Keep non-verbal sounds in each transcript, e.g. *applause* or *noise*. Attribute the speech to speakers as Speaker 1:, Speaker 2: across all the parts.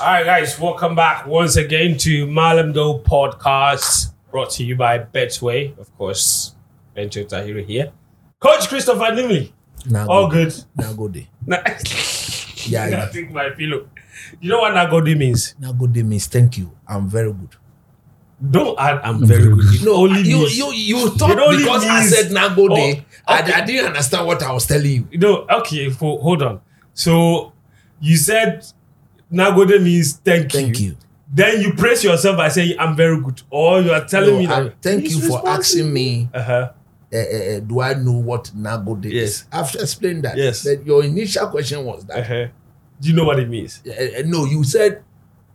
Speaker 1: All right, guys, welcome back once again to Malam Do Podcast, brought to you by Betway, of course. Benjo Tahiru here. Coach Christopher Nimley,
Speaker 2: Now
Speaker 1: all good. *laughs*
Speaker 2: Now go day.
Speaker 1: Na-
Speaker 2: Yeah,
Speaker 1: I
Speaker 2: yeah.
Speaker 1: think my pillow. You know what Nagodi means?
Speaker 2: Now go day means thank you. I'm very good.
Speaker 1: Don't add I'm very good. It
Speaker 2: No,
Speaker 1: only
Speaker 2: you,
Speaker 1: means-
Speaker 2: you you thought
Speaker 1: only
Speaker 2: because I
Speaker 1: means-
Speaker 2: said now go day.
Speaker 1: Oh,
Speaker 2: I,
Speaker 1: okay.
Speaker 2: I didn't understand what I was telling you.
Speaker 1: No, okay, ho- hold on. So you said Nagode means thank,
Speaker 2: Thank you.
Speaker 1: Then you praise yourself by saying I'm very good, or you are telling
Speaker 2: No,
Speaker 1: me
Speaker 2: I-
Speaker 1: that.
Speaker 2: thank you for asking me.
Speaker 1: Uh huh.
Speaker 2: Uh, uh, do I know what Nago day
Speaker 1: Yes.
Speaker 2: is? I've explained that.
Speaker 1: Yes.
Speaker 2: That your initial question was that.
Speaker 1: Uh huh. Do you know what it means?
Speaker 2: Uh, uh, no, you said.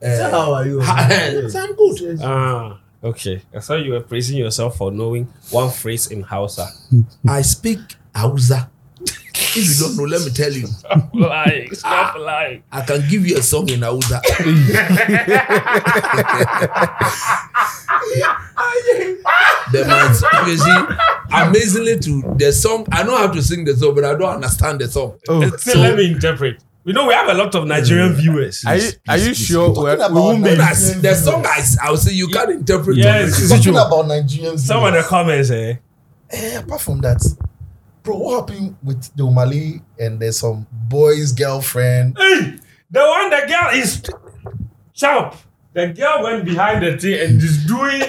Speaker 3: Sir,
Speaker 2: Uh, *laughs*
Speaker 3: how are you?
Speaker 2: I'm good.
Speaker 1: Ah, okay. I thought you were praising yourself for knowing one phrase in ah. Hausa.
Speaker 2: I speak
Speaker 1: *laughs*
Speaker 2: Hausa. if you don't know, let me tell you.
Speaker 1: Stop lying. Stop lying.
Speaker 2: I can give you a song in Hausa. the man's you see amazingly to the song i know how to sing the song but i don't understand the song
Speaker 3: Oh,
Speaker 1: Still, let me interpret. You know, we have a lot of Nigerian viewers.
Speaker 4: Are you, are you sure we're, we won't be?
Speaker 2: when I, s- the song i s- i will say you can't interpret *laughs*
Speaker 1: Yes.
Speaker 2: it
Speaker 3: talking about Nigerians.
Speaker 1: Some of the comments, eh?
Speaker 3: Eh, apart from that, bro, what happened with the Umali and there's some boy's girlfriend?
Speaker 1: *laughs* Hey, the one the girl is champ. The girl went behind the thing and is doing.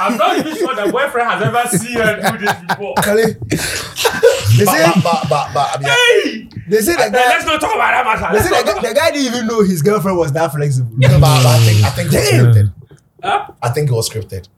Speaker 1: I'm not even sure the boyfriend has ever seen her do this before.
Speaker 3: Kale. they say,
Speaker 5: but, but, but, but, I
Speaker 1: Hey,
Speaker 5: mean, they say the
Speaker 1: Then let's
Speaker 5: guy,
Speaker 1: not talk about that matter.
Speaker 5: they
Speaker 1: Let's
Speaker 5: say
Speaker 1: not
Speaker 5: the
Speaker 1: talk
Speaker 5: guy, the guy didn't even know his girlfriend was that
Speaker 4: *laughs*
Speaker 5: flexible.
Speaker 3: no, but, but I think I think it was scripted.
Speaker 1: Huh?
Speaker 3: I think it was scripted.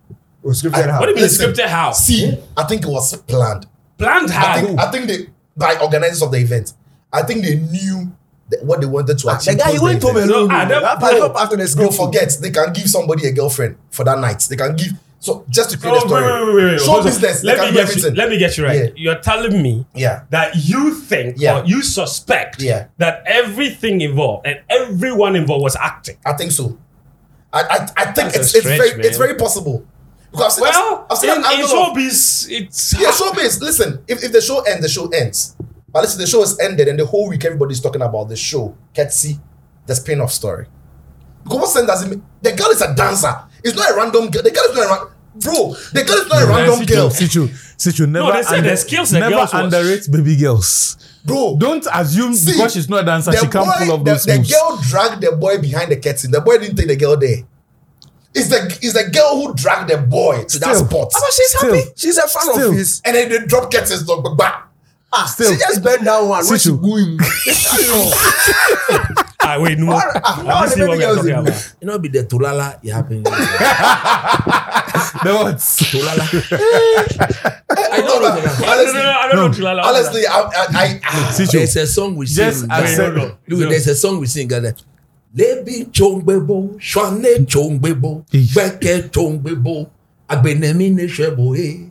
Speaker 5: Or
Speaker 1: What
Speaker 5: scripted
Speaker 1: do
Speaker 5: how?
Speaker 1: you mean
Speaker 3: Listen.
Speaker 1: scripted how?
Speaker 3: See, I think it was planned.
Speaker 1: Planned
Speaker 3: I
Speaker 1: how?
Speaker 3: think I think they by organizers of the event. I think they knew that what they wanted to achieve.
Speaker 5: The guy, he
Speaker 3: post
Speaker 5: went
Speaker 3: the
Speaker 5: home
Speaker 3: event.
Speaker 5: alone.
Speaker 1: No, I
Speaker 5: No,
Speaker 1: don't-
Speaker 5: up after the
Speaker 3: Don't
Speaker 5: script.
Speaker 3: forget, they can give somebody a girlfriend for that night. They can give so just to create a
Speaker 1: Oh,
Speaker 3: story.
Speaker 1: wait, wait, wait, wait.
Speaker 3: Show
Speaker 1: Hold on.
Speaker 3: business. They
Speaker 1: Let
Speaker 3: can
Speaker 1: me
Speaker 3: do
Speaker 1: get you.
Speaker 3: everything.
Speaker 1: Let me get you right.
Speaker 3: Yeah.
Speaker 1: You're telling me
Speaker 3: Yeah.
Speaker 1: that you think
Speaker 3: Yeah.
Speaker 1: or you suspect
Speaker 3: Yeah.
Speaker 1: that everything involved and everyone involved was acting.
Speaker 3: I think so. I I, I think
Speaker 1: That's a
Speaker 3: it's, it's
Speaker 1: stretch,
Speaker 3: very
Speaker 1: man.
Speaker 3: it's very possible. Because I've seen, I've-
Speaker 1: Well,
Speaker 3: I've seen
Speaker 1: in,
Speaker 3: an
Speaker 1: in
Speaker 3: angle of-
Speaker 1: showbiz, it's
Speaker 3: Yeah, showbiz. Listen, if, if the show ends, the show ends. But listen, the show is ended, and the whole week everybody's talking about the show. Ketsy, the spin-off story. Because what sense does it make? The girl is a dancer. It's not a random girl. The girl is not a random bro. The girl is not a random girl,
Speaker 4: Situ, Situ, never,
Speaker 1: they say the skills the
Speaker 4: never
Speaker 1: girls watch.
Speaker 4: underrate baby girls.
Speaker 3: bro.
Speaker 4: Don't assume
Speaker 3: See,
Speaker 4: because she's not a dancer,
Speaker 3: the
Speaker 4: she can't
Speaker 3: boy-
Speaker 4: pull off
Speaker 3: the,
Speaker 4: those
Speaker 3: the
Speaker 4: moves.
Speaker 3: girl dragged the boy behind the curtain. The boy didn't take the girl there. It's the it's the girl who dragged the boy to that
Speaker 4: Still.
Speaker 3: spot,
Speaker 5: But she's happy.
Speaker 4: Still.
Speaker 5: She's a fan
Speaker 4: Still.
Speaker 5: of his.
Speaker 3: and then they dropped curtains. dog, but- but-
Speaker 5: Ah,
Speaker 4: Still.
Speaker 5: she just bent down one. Where she
Speaker 4: Situ.
Speaker 5: going?
Speaker 1: *laughs* ah, wait, no.
Speaker 5: ah,
Speaker 1: Let me
Speaker 5: ah,
Speaker 1: see what
Speaker 5: baby
Speaker 1: we are
Speaker 5: girls
Speaker 1: talking
Speaker 5: in-
Speaker 1: about.
Speaker 2: you know be the tulala it happen
Speaker 4: *laughs* *laughs* The
Speaker 5: *laughs*
Speaker 4: what?
Speaker 2: tulala
Speaker 3: I know, but
Speaker 1: No, no,
Speaker 3: *laughs* honestly,
Speaker 1: no, I don't know
Speaker 4: No.
Speaker 1: Tulala. *laughs*
Speaker 3: honestly, I, I,
Speaker 4: *laughs*
Speaker 3: I
Speaker 4: Situ,
Speaker 2: there's a song we sing
Speaker 4: just
Speaker 2: in Ghana.
Speaker 4: accept.
Speaker 1: no, no.
Speaker 2: Look, there's a song we sing Ghana. Lebi chongbebo, shwane chongbebo,
Speaker 4: Eesh.
Speaker 2: gbeke chongbebo, agbenemi ne shebo e.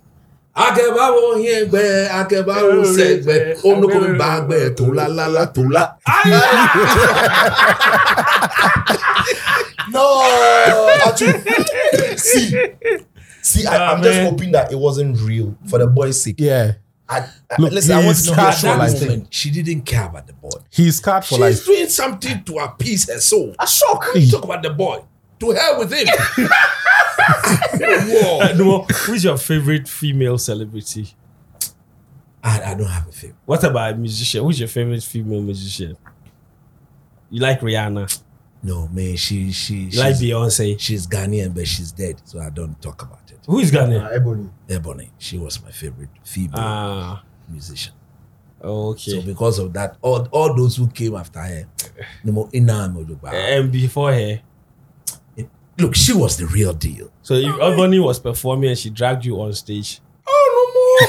Speaker 2: Akebabo yegbe, akebabo segbe, onukombagbe, tulalala tula.
Speaker 3: *laughs* No, Atu. see, see, I,
Speaker 1: Ah,
Speaker 3: I'm just
Speaker 1: man.
Speaker 3: hoping that it wasn't real for the boy's sake.
Speaker 4: Yeah,
Speaker 3: I, I,
Speaker 4: Look,
Speaker 3: listen, I
Speaker 4: he
Speaker 3: want
Speaker 4: is
Speaker 3: to know
Speaker 4: scarred
Speaker 3: the
Speaker 2: At
Speaker 3: show
Speaker 4: for
Speaker 2: that
Speaker 4: life.
Speaker 3: life.
Speaker 2: moment, she didn't care about the boy.
Speaker 4: he's cut for
Speaker 2: She's
Speaker 4: life.
Speaker 2: doing something to appease her soul.
Speaker 5: A shock.
Speaker 2: You talk about the boy. To hell with him.
Speaker 1: Uh,
Speaker 2: Whoa.
Speaker 1: *laughs* no, who's your favorite female celebrity?
Speaker 2: I, I don't have a favorite.
Speaker 1: What about a musician? Who's your favorite female musician? You like Rihanna?
Speaker 2: No, man, she she
Speaker 1: You like
Speaker 2: she's,
Speaker 1: Beyonce?
Speaker 2: she's Ghanaian, but she's dead, so I don't talk about it.
Speaker 1: Who is Ghana?
Speaker 5: Ah, Ebony.
Speaker 2: Ebony, she was my favorite female
Speaker 1: Ah,
Speaker 2: musician. So
Speaker 1: okay.
Speaker 2: because of that, all, all those who came after her, no more inna mo do ba.
Speaker 1: and um, before her,
Speaker 2: look, she was the real deal.
Speaker 1: so if Ebony was performing and she dragged you on stage,
Speaker 2: Oh no more.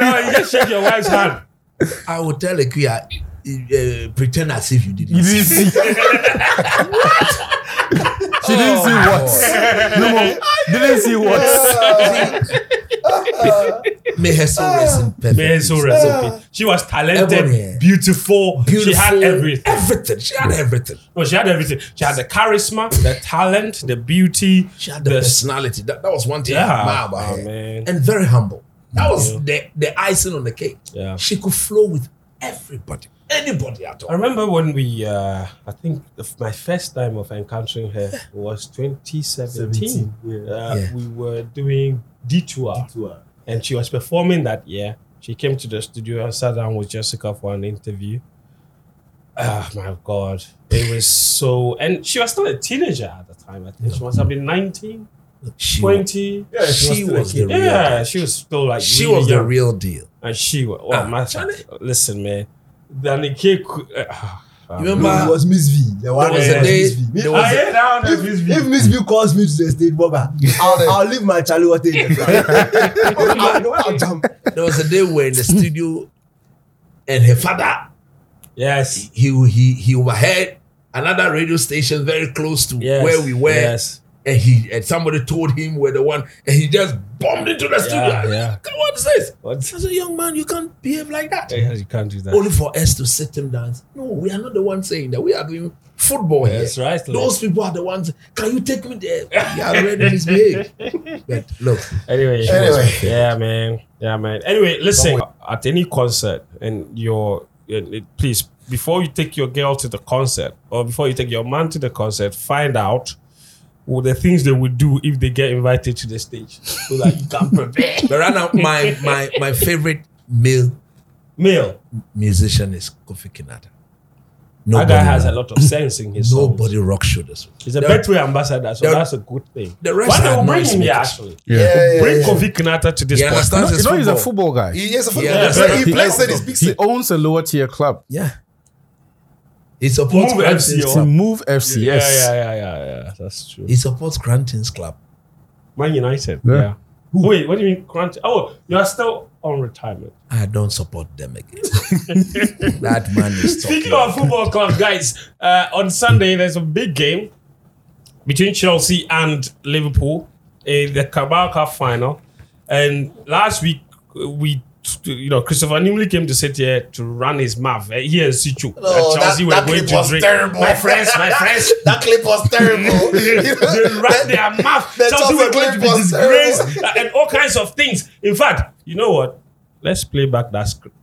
Speaker 1: no, you just shake your wife's hand.
Speaker 2: I will tell Akuya, uh, pretend as if you
Speaker 4: You
Speaker 2: didn't. see.
Speaker 4: didn't see. *laughs* she didn't see what?
Speaker 5: *laughs*
Speaker 4: No more. Didn't see what?
Speaker 2: May her soul rest in perfect.
Speaker 1: Man, so
Speaker 2: peace.
Speaker 1: rest in peace. She was talented,
Speaker 2: Ebony.
Speaker 1: beautiful. She had everything.
Speaker 2: Everything. She had everything.
Speaker 1: No, she had everything. She had the charisma, the talent, the beauty.
Speaker 2: She had the
Speaker 1: The-
Speaker 2: personality. That, that was one thing I
Speaker 1: Yeah.
Speaker 2: admire about
Speaker 1: Oh,
Speaker 2: her.
Speaker 1: man.
Speaker 2: And very humble. That was the, the icing on the cake.
Speaker 1: Yeah.
Speaker 2: She could flow with everybody, anybody at
Speaker 1: I
Speaker 2: all.
Speaker 1: remember when we, uh, I think the, f- my first time of encountering
Speaker 2: *laughs*
Speaker 1: her was 2017. Uh,
Speaker 2: Yeah.
Speaker 1: We were doing Detour, and she was performing that year. She came to the studio and sat down with Jessica for an interview. Oh my God. It was so, and she was still a teenager at the time, I think. She must have been 19,
Speaker 2: She,
Speaker 1: 20.
Speaker 3: Yeah,
Speaker 2: she
Speaker 3: she was still a
Speaker 2: was the
Speaker 3: kid.
Speaker 2: real
Speaker 1: Yeah,
Speaker 2: deal.
Speaker 1: she was still like,
Speaker 2: She
Speaker 1: really
Speaker 2: was the
Speaker 1: young.
Speaker 2: real deal.
Speaker 1: And she was, well,
Speaker 2: Ah,
Speaker 1: my,
Speaker 2: Charlie.
Speaker 1: listen, man. Danny K. cou- Uh, ah,
Speaker 2: You
Speaker 5: No, it
Speaker 2: remember?
Speaker 5: was Miss V. The one
Speaker 2: There was
Speaker 1: Yeah.
Speaker 2: a
Speaker 5: that
Speaker 2: day.
Speaker 5: Miss V.
Speaker 2: There
Speaker 1: I
Speaker 2: was a,
Speaker 1: hear down
Speaker 5: If, if Miss V calls me to the stage, Boba, I'll, I'll leave my Charlie water in the ground.
Speaker 2: *laughs*
Speaker 5: I'll, I'll jump.
Speaker 2: there was a day we're in the studio, and her father
Speaker 1: Yes.
Speaker 2: he he he overheard another radio station very close to
Speaker 1: Yes.
Speaker 2: where we were,
Speaker 1: Yes.
Speaker 2: and he and somebody told him we're the one, and he just bombed into the studio.
Speaker 1: yeah.
Speaker 2: "God, What is this?
Speaker 1: What?
Speaker 2: As a young man, you can't behave like that.
Speaker 1: Yeah, you can't do that.
Speaker 2: Only for us to sit him down. No, we are not the ones saying that. We are doing football here.
Speaker 1: That's right, Lord.
Speaker 2: Those people are the ones. Can you take me there? You are
Speaker 1: *laughs*
Speaker 2: already misbehaved. But look,
Speaker 1: Anyway, she
Speaker 3: Anyway.
Speaker 1: was- yeah, man, yeah, man. Anyway, listen. At any concert, and your and it- please before you take your girl to the concert or before you take your man to the concert, find out what the things they would do if they get invited to the stage, so that you can prepare.
Speaker 2: but right now, my my my favorite male
Speaker 1: Male,
Speaker 2: musician is Kofi Kinata.
Speaker 1: that guy has a lot of sense in his songs.
Speaker 2: Nobody rock shoulders.
Speaker 1: He's a
Speaker 2: The-
Speaker 1: Betway ambassador, so
Speaker 2: the-
Speaker 1: that's a good thing.
Speaker 2: the rest
Speaker 1: Why they
Speaker 2: are
Speaker 1: will bring
Speaker 2: noise
Speaker 1: him here?
Speaker 2: makers.
Speaker 1: Actually,
Speaker 3: Yeah, yeah, yeah,
Speaker 1: bring
Speaker 3: yeah.
Speaker 1: Kofi Kinata to this.
Speaker 2: He
Speaker 1: podcast.
Speaker 2: understands
Speaker 4: You
Speaker 2: his
Speaker 4: know he's a
Speaker 2: football.
Speaker 4: football guy.
Speaker 3: He is a football
Speaker 2: Yeah,
Speaker 3: player.
Speaker 2: yeah.
Speaker 3: He plays
Speaker 2: He
Speaker 3: it. He speaks
Speaker 4: He
Speaker 3: it.
Speaker 4: owns a lower tier club.
Speaker 2: Yeah. He supports
Speaker 1: Move
Speaker 2: Cranton's
Speaker 1: FC,
Speaker 4: To
Speaker 2: club.
Speaker 4: move FC.
Speaker 1: Yeah,
Speaker 4: yes.
Speaker 1: yeah, yeah, yeah, yeah. That's true.
Speaker 2: He supports Cranton's club.
Speaker 1: Man United.
Speaker 4: Yeah.
Speaker 1: Yeah. Wait, what do you mean? Grant? Oh, you are still on retirement.
Speaker 2: I don't support them again. *laughs* that man is talking.
Speaker 1: Speaking of football club, guys, uh, on Sunday there's a big game between Chelsea and Liverpool in the Carabao Cup final. And last week uh, we, you know, Christopher Nimley came to sit here to run his mouth. Uh, He and Sichu.
Speaker 3: Oh,
Speaker 1: uh, Chelsea
Speaker 3: that-
Speaker 1: were
Speaker 3: that
Speaker 1: going
Speaker 3: clip
Speaker 1: to
Speaker 3: was
Speaker 1: drink.
Speaker 3: terrible.
Speaker 1: My friends,
Speaker 3: *laughs*
Speaker 1: my friends.
Speaker 3: That clip was
Speaker 1: *laughs*
Speaker 2: *laughs*
Speaker 3: terrible.
Speaker 1: they ran their mouth.
Speaker 3: the
Speaker 1: Chelsea were
Speaker 3: Chelsea
Speaker 1: going to be
Speaker 3: clip was
Speaker 1: disgraced uh, and all kinds of things. In fact, you know what? Let's play back that script,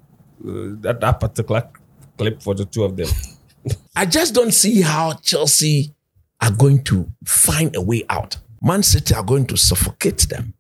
Speaker 1: uh, that, that particular clip for the two of them.
Speaker 2: I just don't see how Chelsea are going to find a way out. Man City are going to suffocate them.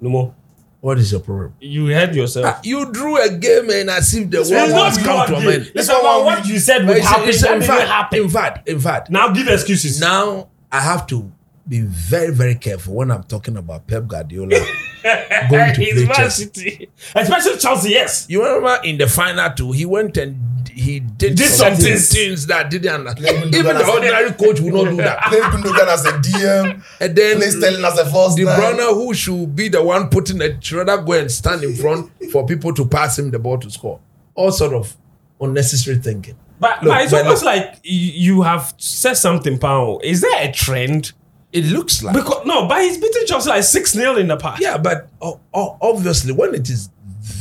Speaker 1: No more.
Speaker 2: What is your problem?
Speaker 1: You heard yourself.
Speaker 2: Ah, You drew a game and as if the
Speaker 1: it's
Speaker 2: world
Speaker 1: not
Speaker 2: was come
Speaker 1: God.
Speaker 2: to an end.
Speaker 1: It's about what you said would
Speaker 2: But it's-
Speaker 1: happen.
Speaker 2: it's-
Speaker 1: That
Speaker 2: in,
Speaker 1: didn't
Speaker 2: fact,
Speaker 1: happen.
Speaker 2: in fact, in fact,
Speaker 1: Now give excuses.
Speaker 2: now I have to be very, very careful when I'm talking about
Speaker 1: *laughs*
Speaker 2: Pep Guardiola going to play
Speaker 1: it's Man
Speaker 2: Chelsea.
Speaker 1: City. Especially Chelsea, yes.
Speaker 2: You remember in the final two, he went and he did,
Speaker 1: Did
Speaker 2: some
Speaker 1: some
Speaker 2: things.
Speaker 1: things.
Speaker 2: that didn't.
Speaker 3: Even
Speaker 2: Even the
Speaker 3: Gundogan-
Speaker 2: ordinary coach would not do that.
Speaker 3: Playing Gundogan as a DM.
Speaker 2: And then
Speaker 3: Please telling us the first
Speaker 2: the
Speaker 3: nine.
Speaker 2: runner who should be the one putting it should rather go and stand in front for people to pass him the ball to score. All sort of unnecessary thinking.
Speaker 1: But,
Speaker 2: Look,
Speaker 1: but it's
Speaker 2: but
Speaker 1: almost like y- you have said something, Pao. Is there a trend?
Speaker 2: It looks like
Speaker 1: Because no, but he's beaten Chelsea like six 0 in the past.
Speaker 2: yeah, but o- o- obviously when it is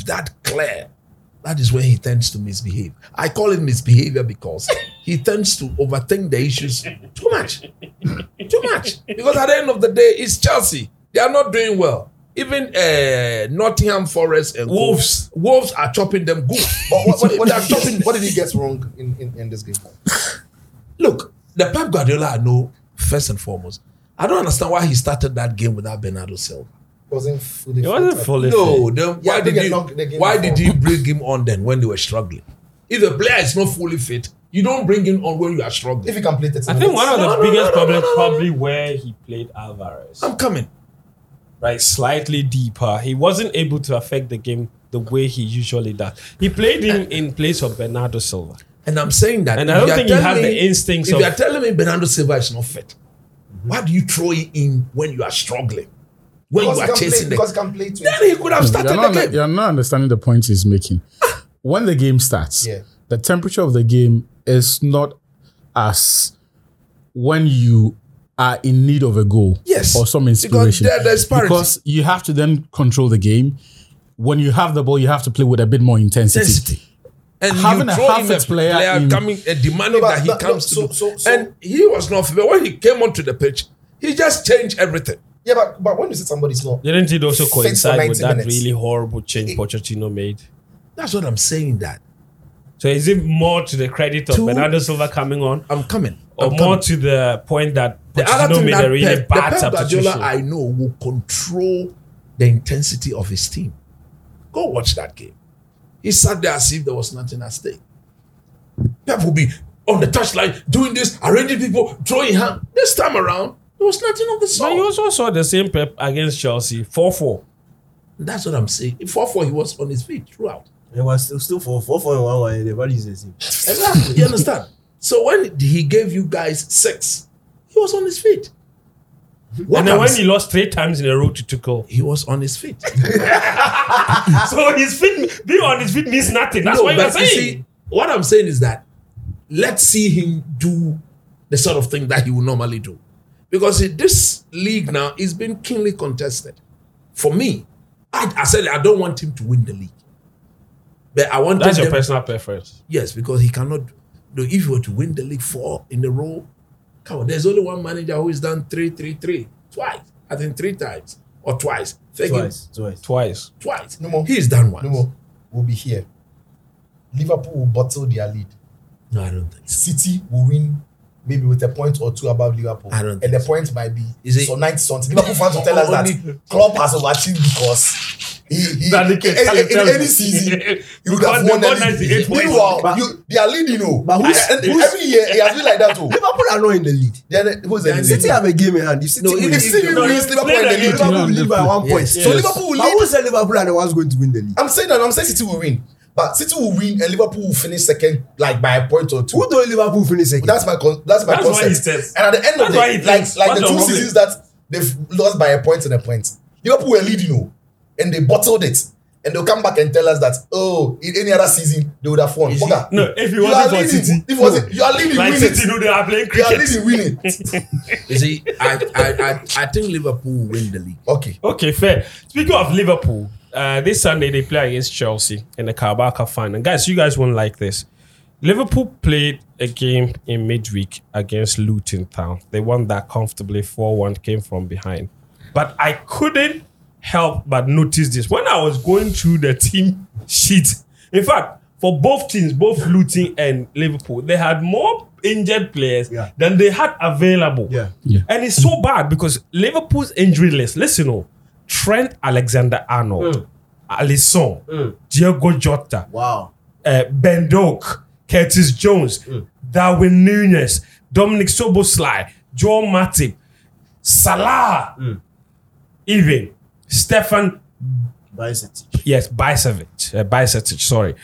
Speaker 2: that clear, that is when he tends to misbehave. I call it misbehavior because he tends to overthink the issues too much, too much. Because at the end of the day, it's Chelsea. They are not doing well. Even uh, Nottingham Forest and Co-
Speaker 1: Wolves.
Speaker 2: Wolves are chopping them good.
Speaker 3: But what,
Speaker 1: *laughs*
Speaker 3: what, what,
Speaker 2: They are
Speaker 3: did
Speaker 2: chopping
Speaker 3: he, what did he get wrong in, in, in this game?
Speaker 2: Look, the Pep Guardiola I know first and foremost. I don't understand why he started that game without Bernardo Silva.
Speaker 3: Wasn't fully.
Speaker 1: It wasn't
Speaker 3: fit.
Speaker 1: fully
Speaker 2: No,
Speaker 1: fit.
Speaker 2: then
Speaker 3: Yeah,
Speaker 2: why
Speaker 3: I think
Speaker 2: did
Speaker 3: I
Speaker 2: you
Speaker 3: knocked the game
Speaker 2: why
Speaker 3: before.
Speaker 2: did you bring him on then when they were struggling? If the player is not fully fit, you don't bring him on when you are struggling.
Speaker 3: If he can play 30
Speaker 1: I think one
Speaker 3: minutes.
Speaker 1: of the
Speaker 2: No, no,
Speaker 1: biggest
Speaker 2: no, no, *laughs*
Speaker 1: problems
Speaker 2: no, no, no.
Speaker 1: probably where he played Alvarez,
Speaker 2: I'm coming.
Speaker 1: right? Slightly deeper. He wasn't able to affect the game the way he usually does. He played
Speaker 2: *laughs*
Speaker 1: him in place of Bernardo Silva.
Speaker 2: And I'm saying that.
Speaker 1: And
Speaker 2: if
Speaker 1: I don't
Speaker 2: you are
Speaker 1: think he
Speaker 2: telling
Speaker 1: had the
Speaker 2: me-
Speaker 1: instincts
Speaker 2: If
Speaker 1: of-
Speaker 2: you are telling me Bernardo Silva is not fit,
Speaker 3: Mm-hmm.
Speaker 2: why do you throw him in when you are struggling? When you
Speaker 3: Because he
Speaker 2: are
Speaker 3: can play-
Speaker 2: chasing the
Speaker 3: Because he can play 20.
Speaker 2: Then he could have started
Speaker 4: You're not,
Speaker 2: the game.
Speaker 4: you're not understanding the point he's making. when the game starts,
Speaker 3: Yeah.
Speaker 4: the temperature of the game is not as when you are in need of a goal
Speaker 2: Yes.
Speaker 4: or some
Speaker 2: Because
Speaker 4: inspiration.
Speaker 2: there- there's parity.
Speaker 4: Because you have to then control the game. When you have the ball, you have to play with a bit more intensity.
Speaker 2: intensity. And
Speaker 4: Having
Speaker 2: you
Speaker 4: a
Speaker 2: throw him
Speaker 4: Havertz
Speaker 2: a player,
Speaker 4: player in-
Speaker 2: coming and demanding
Speaker 3: No, but-
Speaker 2: that he
Speaker 3: but-
Speaker 2: comes
Speaker 3: no,
Speaker 2: to.
Speaker 3: so-
Speaker 2: do-
Speaker 3: so- so-
Speaker 2: and he was not. But when he came onto the pitch, he just changed everything.
Speaker 3: Yeah, but, but when you say somebody's not,
Speaker 1: Didn't it also
Speaker 3: Fit for
Speaker 1: coincide with
Speaker 3: 90
Speaker 1: that
Speaker 3: minutes.
Speaker 1: really horrible change Pochettino made?
Speaker 2: That's what I'm saying. That
Speaker 1: So is it more to the credit of
Speaker 2: Two-
Speaker 1: Bernardo Silva coming on,
Speaker 2: I'm coming.
Speaker 1: or
Speaker 2: I'm
Speaker 1: more
Speaker 2: coming.
Speaker 1: to the point that
Speaker 2: The other
Speaker 1: Pochettino
Speaker 2: thing
Speaker 1: made
Speaker 2: that
Speaker 1: a really
Speaker 2: Pep, the
Speaker 1: bad
Speaker 2: Pep
Speaker 1: substitution?
Speaker 2: Guardiola I know will control the intensity of his team. Go watch that game. He sat there as if there was nothing at stake. Pep will be on the touchline doing this, arranging people, throwing hand. This time around, there was nothing of the
Speaker 1: but
Speaker 2: sort.
Speaker 1: you also saw the same Pep against Chelsea, four four.
Speaker 2: That's what I'm saying. In 4 4, he was on his feet throughout.
Speaker 5: It was still- still for four four and one one. The value is the same.
Speaker 2: Exactly. you understand? So when he gave you guys six, he was on his feet. What
Speaker 1: And then
Speaker 2: I'm
Speaker 1: when
Speaker 2: s-
Speaker 1: he lost three times in a row to Tuchel,
Speaker 2: he was on his feet.
Speaker 1: *laughs* so his feet being on his feet means nothing. That's
Speaker 2: No,
Speaker 1: what you're
Speaker 2: but you
Speaker 1: saying.
Speaker 2: see, what I'm saying is that let's see him do the sort of thing that he would normally do. Because in this league now is being keenly contested. For me, I, I said I don't want him to win the league. But I want
Speaker 1: That's
Speaker 2: them,
Speaker 1: your personal preference.
Speaker 2: Yes, because he cannot do if he were to win the league four in a row. Come on, there's only one manager who has done three, three, three, twice. I think three times or twice. Thank twice.
Speaker 5: Twice, twice.
Speaker 1: Twice.
Speaker 2: Twice.
Speaker 3: No more.
Speaker 2: He's done once.
Speaker 3: no more, will be here. Liverpool will bottle their lead.
Speaker 2: No, I don't think so.
Speaker 3: City will win maybe with a point or two above Liverpool.
Speaker 2: I don't
Speaker 3: and
Speaker 2: think
Speaker 3: the
Speaker 2: so.
Speaker 3: point might be
Speaker 2: Is it-
Speaker 3: some 90 something. Liverpool fans will tell us
Speaker 2: Only-
Speaker 3: that Klopp has overachieved because he, he
Speaker 1: That they can tell
Speaker 3: in, in,
Speaker 1: themselves.
Speaker 3: any *laughs* season he would
Speaker 1: Because
Speaker 3: have
Speaker 1: they
Speaker 3: won the
Speaker 1: got
Speaker 3: league.
Speaker 1: 98 points.
Speaker 3: Meanwhile,
Speaker 5: But-
Speaker 3: you, they are leading, you know.
Speaker 5: But who's-
Speaker 3: And
Speaker 5: who's-
Speaker 3: every year it has been like that too.
Speaker 5: Liverpool are not in the lead.
Speaker 3: They are- who's the
Speaker 2: Yeah,
Speaker 3: leader?
Speaker 5: City have a game in hand. If City
Speaker 2: No,
Speaker 5: win,
Speaker 3: if City
Speaker 1: No,
Speaker 3: wins,
Speaker 1: they
Speaker 3: Liverpool
Speaker 1: play
Speaker 3: in the
Speaker 1: that
Speaker 3: lead.
Speaker 4: game.
Speaker 5: Liverpool will lead by one point.
Speaker 3: So Liverpool will
Speaker 5: But
Speaker 3: lead.
Speaker 5: who said Liverpool are the ones going to win the league?
Speaker 3: I'm saying that I'm saying City will win. But City will win and Liverpool will finish second like by a point or two.
Speaker 5: Who told Liverpool finish second?
Speaker 3: That's my con- that's my
Speaker 1: That's why
Speaker 3: concept.
Speaker 1: he says.
Speaker 3: And at the end
Speaker 1: That's
Speaker 3: of the
Speaker 1: why he
Speaker 3: like
Speaker 1: thinks.
Speaker 3: like
Speaker 1: What's
Speaker 3: the
Speaker 1: your
Speaker 3: two
Speaker 1: problem?
Speaker 3: seasons that they've lost by a point and a point. Liverpool were leading, oh, and they bottled it. And they'll come back and tell us that oh, in any other season they would have won.
Speaker 2: Is it-
Speaker 3: Bugger.
Speaker 1: No, if it
Speaker 3: you are
Speaker 1: wasn't for
Speaker 3: leading.
Speaker 1: City,
Speaker 3: If it wasn't, you are leading,
Speaker 1: like
Speaker 3: win
Speaker 1: City,
Speaker 3: it.
Speaker 1: no, they are playing
Speaker 3: You are
Speaker 1: cricket.
Speaker 3: leading, win
Speaker 1: *laughs*
Speaker 3: it.
Speaker 2: You see, I, I, I, I think Liverpool will win the league.
Speaker 3: Okay.
Speaker 1: Okay, fair. Speaking of Liverpool, uh, this Sunday they play against Chelsea in the Carabao Cup final. Guys, you guys won't like this. Liverpool played a game in midweek against Luton Town. They won that comfortably 4 1, came from behind. But I couldn't help but notice this. When I was going through the team *laughs* sheet, in fact, for both teams, both Luton and Liverpool, they had more injured players
Speaker 5: Yeah.
Speaker 1: than they had available.
Speaker 5: Yeah.
Speaker 4: Yeah.
Speaker 1: And it's so bad because Liverpool's injury list, listen, oh, Trent Alexander Arnold, Alisson, Diego Jota,
Speaker 5: Wow.
Speaker 1: uh, Ben Doak, Curtis Jones, Darwin Nunes, Dominic Soboslai, Joel Matip, Salah, even Stefan
Speaker 5: By City.
Speaker 1: Yes, Bicevic. Uh, Bicevic, sorry.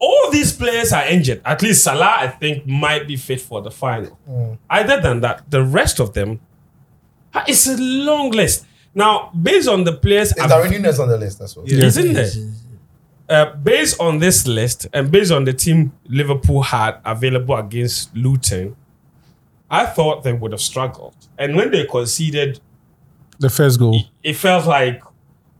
Speaker 1: All these players are injured. At least Salah, I think, might be fit for the final. Other than that, the rest of them, ah, it's a long list. Now, based on the players,
Speaker 3: Is
Speaker 1: av-
Speaker 3: Darwin Nunes on the list as well?
Speaker 1: isn't there? Uh, based on this list and based on the team Liverpool had available against Luton, I thought they would have struggled. And when they conceded
Speaker 4: The first goal.
Speaker 1: it felt like